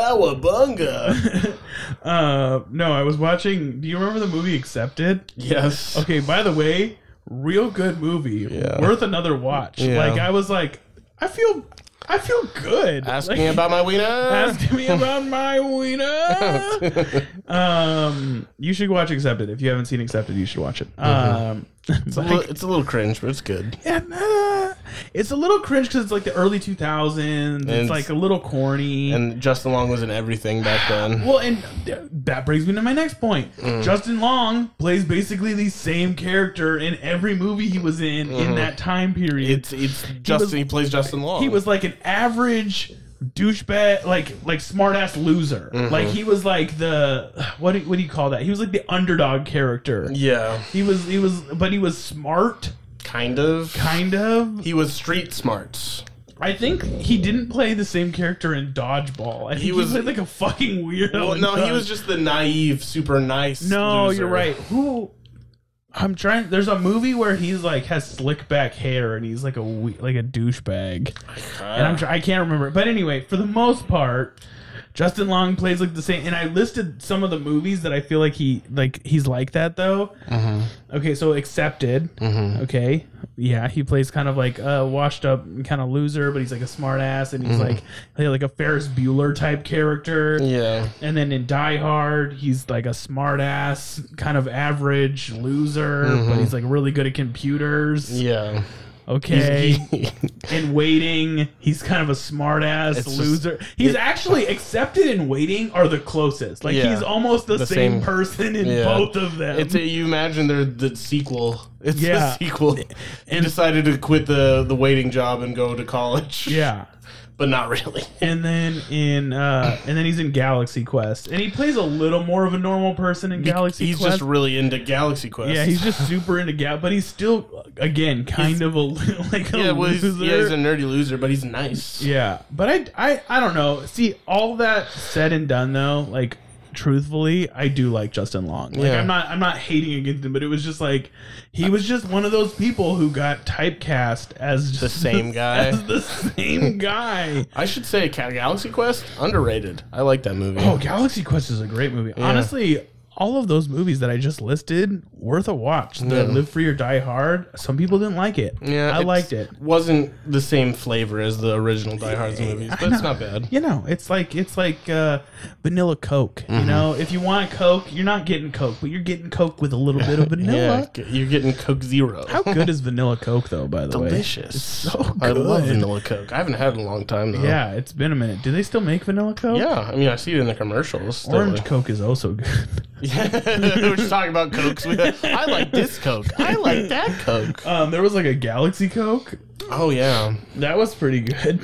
Speaker 2: Kakawabunga.
Speaker 1: Uh, no, I was watching. Do you remember the movie Accepted?
Speaker 2: Yes.
Speaker 1: Okay, by the way, real good movie.
Speaker 2: Yeah.
Speaker 1: Worth another watch.
Speaker 2: Yeah.
Speaker 1: Like I was like, I feel, I feel good.
Speaker 2: Ask
Speaker 1: Like,
Speaker 2: me about my
Speaker 1: [laughs]
Speaker 2: wiener. [laughs]
Speaker 1: Ask me about my wiener. um, you should watch Accepted. If you haven't seen Accepted, you should watch it.
Speaker 2: Mm-hmm.
Speaker 1: Um,
Speaker 2: it's, a little, it's a little cringe, but it's good.
Speaker 1: and, uh, it's a little cringe because it's like the early 2000s.
Speaker 2: it's-
Speaker 1: It's like a little corny.
Speaker 2: And Justin Long was in everything back then.
Speaker 1: well, and th- that brings me to my next point.
Speaker 2: Mm.
Speaker 1: Justin Long plays basically the same character in every movie he was in
Speaker 2: Mm-hmm.
Speaker 1: in that time period.
Speaker 2: It's it's Justin. He, plays Justin Long.
Speaker 1: he was like an average douchebag, like like smart ass loser.
Speaker 2: Mm-hmm.
Speaker 1: Like he was like the what do, what do you call that? He was like the underdog character.
Speaker 2: yeah,
Speaker 1: He was he was, but he was smart,
Speaker 2: kind of.
Speaker 1: kind of.
Speaker 2: He was street smarts.
Speaker 1: I think he didn't play the same character in Dodgeball. I think he, was
Speaker 2: was-
Speaker 1: played like a fucking weirdo.
Speaker 2: Well,
Speaker 1: in
Speaker 2: no, he
Speaker 1: Dodge-
Speaker 2: was just the naive, super nice.
Speaker 1: No,
Speaker 2: loser.
Speaker 1: you're right. Who? I'm trying. There's a movie where he's like has slick back hair and he's like a we- like a douchebag. and I'm try- I can't remember. But anyway, for the most part, Justin Long plays like the same. And I listed some of the movies that I feel like he like he's like that though. Okay, so accepted. Okay, yeah, he plays kind of like a washed up kind of loser, but he's like a smart ass and he's like hey, like a Ferris Bueller type character.
Speaker 2: Yeah,
Speaker 1: And then in Die Hard, he's like a smartass, kind of average loser,
Speaker 2: Mm-hmm.
Speaker 1: but he's like really good at computers.
Speaker 2: yeah. [laughs]
Speaker 1: Okay. in waiting, he's kind of a smartass
Speaker 2: just-
Speaker 1: loser. he's actually accepted in waiting are the closest. Like
Speaker 2: Yeah.
Speaker 1: he's almost the,
Speaker 2: The
Speaker 1: same,
Speaker 2: same-
Speaker 1: person in
Speaker 2: yeah.
Speaker 1: both of them.
Speaker 2: it's a, you imagine they're the sequel. It's
Speaker 1: Um, Yeah.
Speaker 2: the sequel. And decided to quit the the waiting job and go to college.
Speaker 1: yeah.
Speaker 2: [laughs] but not really.
Speaker 1: And then in uh and then he's in Galaxy Quest. And he plays a little more of a normal person in [laughs] Galaxy
Speaker 2: He's
Speaker 1: Quest.
Speaker 2: just really into Galaxy Quest.
Speaker 1: Yeah,
Speaker 2: [laughs]
Speaker 1: he's just super into Gap, but he's still again kind of a li- [laughs] like a
Speaker 2: yeah, well, he's,
Speaker 1: loser.
Speaker 2: yeah, he's a nerdy loser, but he's nice.
Speaker 1: Yeah, but I, I I don't know. See, all that said and done though, like truthfully, I do like Justin Long. Like
Speaker 2: Yeah.
Speaker 1: I'm not I'm not hating against him, but it was just like he was just one of those people who got typecast as just
Speaker 2: The same guy.
Speaker 1: [laughs] as the
Speaker 2: [laughs]
Speaker 1: same guy.
Speaker 2: I should say Ca- Galaxy Quest underrated. I like that movie.
Speaker 1: Oh, Galaxy Quest is a great movie. Honestly, all of those movies that I just listed worth a watch. The Live Free or Die Hard. Some people didn't like it. I
Speaker 2: it's-
Speaker 1: liked it.
Speaker 2: Wasn't the same flavor as the original Die Hard's movies, but it's not bad.
Speaker 1: You know, it's like it's like uh, vanilla Coke. You know, if you want Coke, you're not getting Coke, but you're getting Coke with a little bit [laughs] of
Speaker 2: Yeah,
Speaker 1: vanilla.
Speaker 2: g- you're getting Coke Zero.
Speaker 1: How good is vanilla Coke though? By the
Speaker 2: delicious!
Speaker 1: so
Speaker 2: I love
Speaker 1: good.
Speaker 2: vanilla Coke. I haven't had it in a long time though.
Speaker 1: way, yeah, it's been a minute. Do they still make vanilla Coke?
Speaker 2: Yeah, I mean, I see it in the commercials. still.
Speaker 1: Orange Coke is also good. [laughs]
Speaker 2: [laughs] Yeah, we we're just talking about Cokes. We- I like this Coke. I like that Coke.
Speaker 1: Um, there was like a Galaxy Coke
Speaker 2: Oh yeah, [laughs]
Speaker 1: that was pretty good.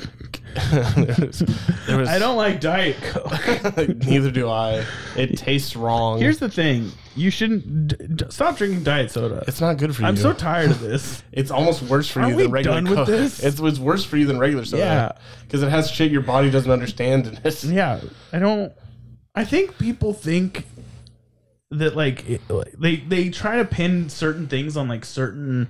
Speaker 2: there was, there was-
Speaker 1: I don't like Diet [laughs] Coke.
Speaker 2: [laughs] Neither do I. It tastes wrong.
Speaker 1: Here's the thing: you shouldn't d- d- stop drinking diet soda.
Speaker 2: it's not good for you.
Speaker 1: I'm so tired of [laughs] this.
Speaker 2: It's almost worse for you
Speaker 1: Aren't
Speaker 2: than
Speaker 1: we
Speaker 2: regular
Speaker 1: done with
Speaker 2: Coke.
Speaker 1: this?
Speaker 2: It's, it's worse for you than regular soda.
Speaker 1: Yeah.
Speaker 2: Because it has shit your body doesn't understand in it.
Speaker 1: yeah i don't i think people think that like it- like, they they try to pin certain things on like certain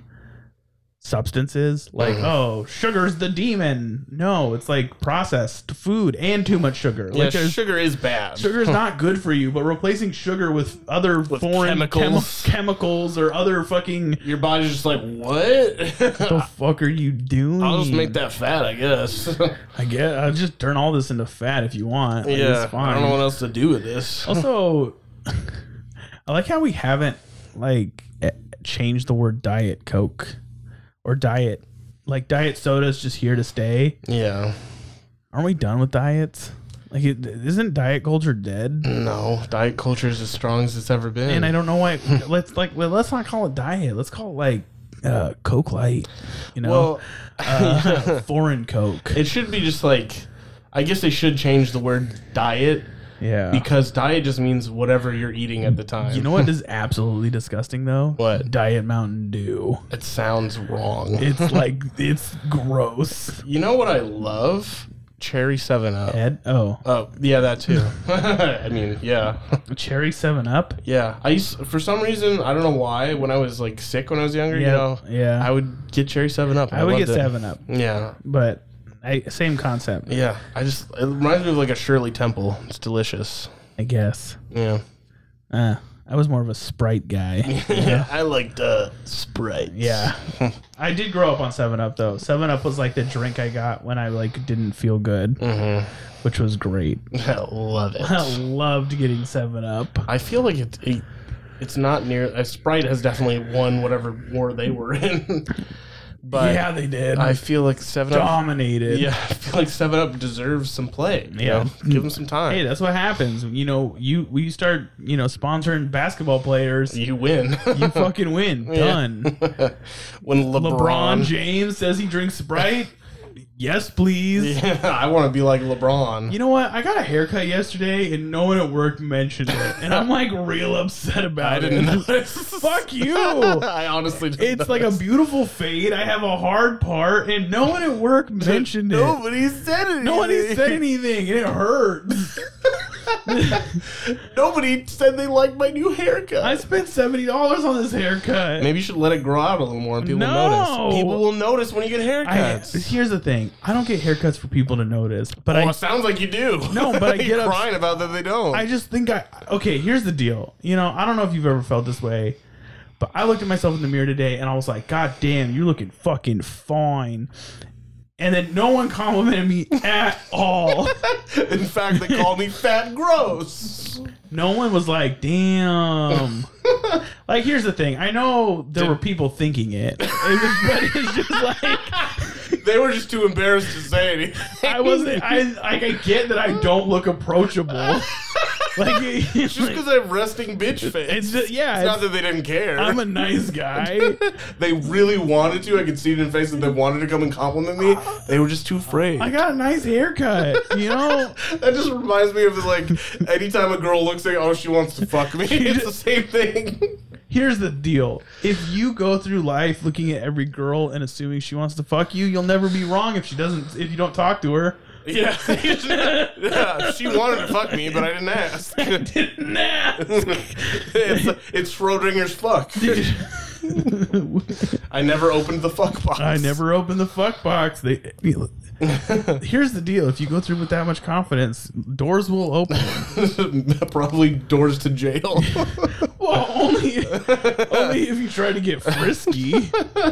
Speaker 1: substances like oh sugar's the demon no it's like processed food and too much sugar
Speaker 2: Yeah,
Speaker 1: like there's
Speaker 2: sugar is bad.
Speaker 1: Sugar's not good for you, but replacing sugar with other foreign
Speaker 2: chemicals.
Speaker 1: chemicals. chemicals or other fucking
Speaker 2: Your body's just like, what? [laughs]
Speaker 1: the fuck are you doing?
Speaker 2: I'll just make that fat,
Speaker 1: [laughs]
Speaker 2: I guess.
Speaker 1: I guess I'll just turn all this into fat if you want. Like,
Speaker 2: yeah.
Speaker 1: it's fine. Oh.
Speaker 2: I don't know what else to do with this.
Speaker 1: Also, [laughs] I like how we haven't like eh, changed the word diet coke or diet. Like diet soda is just here to stay.
Speaker 2: Yeah.
Speaker 1: Aren't we done with diets? Like, it, isn't diet culture
Speaker 2: Mm.
Speaker 1: dead?
Speaker 2: No, diet culture is as strong as it's ever been.
Speaker 1: And I don't know why. Let's like, well, let's not call it diet. Let's call it like uh, Coke Light. You know,
Speaker 2: Well,
Speaker 1: uh, [laughs] foreign Coke.
Speaker 2: it should be just like, I guess they should change the word diet
Speaker 1: Yeah.
Speaker 2: because diet just means whatever you're eating at the time.
Speaker 1: Ah. you know what is absolutely disgusting though?
Speaker 2: What?
Speaker 1: Diet Mountain Dew.
Speaker 2: [laughs] it sounds wrong. [laughs]
Speaker 1: It's like it's gross.
Speaker 2: You know what I love? Cherry Seven Up.
Speaker 1: Ed? Oh.
Speaker 2: Oh yeah, that too. [laughs] I mean,
Speaker 1: [laughs]
Speaker 2: yeah,
Speaker 1: Cherry 7 Up?
Speaker 2: yeah. I used for some reason I don't know why when I was like sick when I was younger, you
Speaker 1: Yeah,
Speaker 2: know,
Speaker 1: yeah.
Speaker 2: I would get Cherry Seven Up.
Speaker 1: I would
Speaker 2: loved
Speaker 1: get
Speaker 2: it.
Speaker 1: 7 Up,
Speaker 2: Yeah,
Speaker 1: but I, same concept,
Speaker 2: yeah. I just it reminds me of like a Shirley Temple. It's delicious.
Speaker 1: I guess.
Speaker 2: Yeah,
Speaker 1: Uh, I was more of a Sprite
Speaker 2: [laughs]
Speaker 1: guy.
Speaker 2: I liked uh, Sprite.
Speaker 1: yeah. I did grow up on 7 Up, though. 7 Up was like the drink I got when I like didn't feel good,
Speaker 2: Mm-hmm.
Speaker 1: which was
Speaker 2: [laughs]
Speaker 1: great.
Speaker 2: [laughs] I love
Speaker 1: I
Speaker 2: it.
Speaker 1: loved getting 7 Up.
Speaker 2: I feel like it, it it's not near. Uh, Sprite has definitely won whatever war they were in, [laughs] but
Speaker 1: yeah, they did.
Speaker 2: I
Speaker 1: I
Speaker 2: feel like Seven Up.
Speaker 1: dominated.
Speaker 2: Yeah, [laughs] I feel like Seven Up deserves some play. you
Speaker 1: Yeah. Mm.
Speaker 2: know? give them some time.
Speaker 1: Hey, that's what happens. You know, you we start, you know, sponsoring basketball players.
Speaker 2: you win. [laughs]
Speaker 1: You fucking win. Done.
Speaker 2: when
Speaker 1: LeBron
Speaker 2: LeBron,
Speaker 1: James says he drinks Sprite. yes, please.
Speaker 2: [laughs] yeah, I want to be like LeBron.
Speaker 1: You
Speaker 2: [laughs]
Speaker 1: know what? I got a haircut yesterday and no one at work mentioned it. And I'm like real upset about [laughs]
Speaker 2: I didn't
Speaker 1: it.
Speaker 2: notice.
Speaker 1: Fuck you.
Speaker 2: I honestly didn't
Speaker 1: It's like a beautiful fade. I have a hard part and no one at work mentioned it.
Speaker 2: Nobody said anything.
Speaker 1: Nobody said anything and it hurt.
Speaker 2: Nobody said they liked my new haircut.
Speaker 1: I spent $70 on this haircut.
Speaker 2: Maybe you should let it grow out a little more and people
Speaker 1: No.
Speaker 2: notice. People will notice when you get
Speaker 1: I, [laughs]
Speaker 2: haircuts.
Speaker 1: here's the thing. I don't get haircuts for people to notice, but
Speaker 2: well,
Speaker 1: I
Speaker 2: it sounds like you do.
Speaker 1: No, but I
Speaker 2: [laughs] You're
Speaker 1: get ups-
Speaker 2: crying about that they don't.
Speaker 1: I just think I okay. Here's the deal. You know, I don't know if you've ever felt this way, but I looked at myself in the mirror today and I was like, "God damn, you're looking fucking fine." And then no one complimented me at all.
Speaker 2: [laughs] In fact, they call me fat gross.
Speaker 1: No one was like, "Damn." Like, here's the thing. I know there were people thinking it, [laughs] It was- but it's just like
Speaker 2: They were just too embarrassed to say anything.
Speaker 1: I wasn't. I like I get that I don't look approachable. Like, [laughs] it's
Speaker 2: [laughs] just because I have resting bitch face.
Speaker 1: it's just yeah.
Speaker 2: It's not
Speaker 1: it's-
Speaker 2: that they didn't care.
Speaker 1: I'm a nice guy.
Speaker 2: [laughs] they really wanted to. I could see it in their face that they wanted to come and compliment me. They were just too afraid.
Speaker 1: I got a nice haircut, you know.
Speaker 2: that just reminds me of like anytime a girl looks like, oh, she wants to fuck me. It's the same thing.
Speaker 1: [laughs] Here's the deal: if you go through life looking at every girl and assuming she wants to fuck you, you'll never be wrong if she doesn't. If you don't talk to her,
Speaker 2: Yeah. [laughs] yeah. She wanted to fuck me, but I
Speaker 1: [laughs]
Speaker 2: didn't ask.
Speaker 1: [laughs] nah.
Speaker 2: it's, it's Schrodinger's fuck. I never opened the fuck
Speaker 1: [laughs]
Speaker 2: box.
Speaker 1: I
Speaker 2: [laughs]
Speaker 1: never opened the fuck box. They. [laughs] Here's the deal: if you go through with that much confidence, doors will open.
Speaker 2: Probably doors to jail.
Speaker 1: [laughs]
Speaker 2: [laughs]
Speaker 1: Well, only, only if you try to get frisky.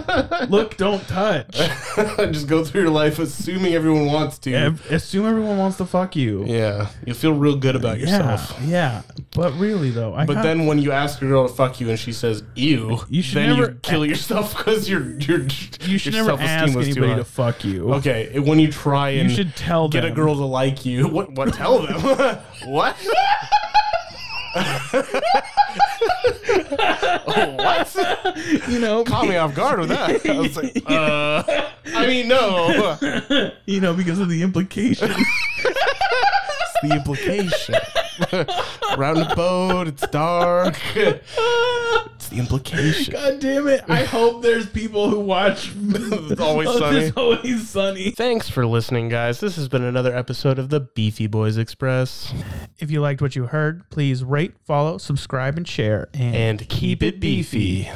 Speaker 1: [laughs] Look, don't touch.
Speaker 2: just go through your life assuming everyone wants to.
Speaker 1: Ev- Assume everyone wants to fuck you.
Speaker 2: Yeah, you'll feel real good about
Speaker 1: Yeah,
Speaker 2: yourself.
Speaker 1: yeah, but really though, I
Speaker 2: But
Speaker 1: got-
Speaker 2: then when you ask a girl to fuck you and she says "ew,"
Speaker 1: You should
Speaker 2: then
Speaker 1: never-
Speaker 2: you kill yourself [laughs] because your your
Speaker 1: you should
Speaker 2: your
Speaker 1: never
Speaker 2: self-esteem
Speaker 1: ask
Speaker 2: was too
Speaker 1: anybody
Speaker 2: high.
Speaker 1: to fuck you.
Speaker 2: okay, and when you try and
Speaker 1: You should tell
Speaker 2: get
Speaker 1: them.
Speaker 2: a girl to like you, [laughs] what what tell them what? [laughs] what?
Speaker 1: You know,
Speaker 2: Caught me off guard with that. I was like, uh, I mean, no.
Speaker 1: you know, because of the
Speaker 2: [laughs]
Speaker 1: implication.
Speaker 2: the implication. [laughs] We're out in a boat. It's dark. It's the implication.
Speaker 1: God damn it! I hope there's people who watch.
Speaker 2: It's always
Speaker 1: Oh,
Speaker 2: sunny.
Speaker 1: It's always sunny.
Speaker 2: Thanks for listening, guys. This has been another episode of the Beefy Boys Express.
Speaker 1: If you liked what you heard, please rate, follow, subscribe, and share.
Speaker 2: And keep it beefy.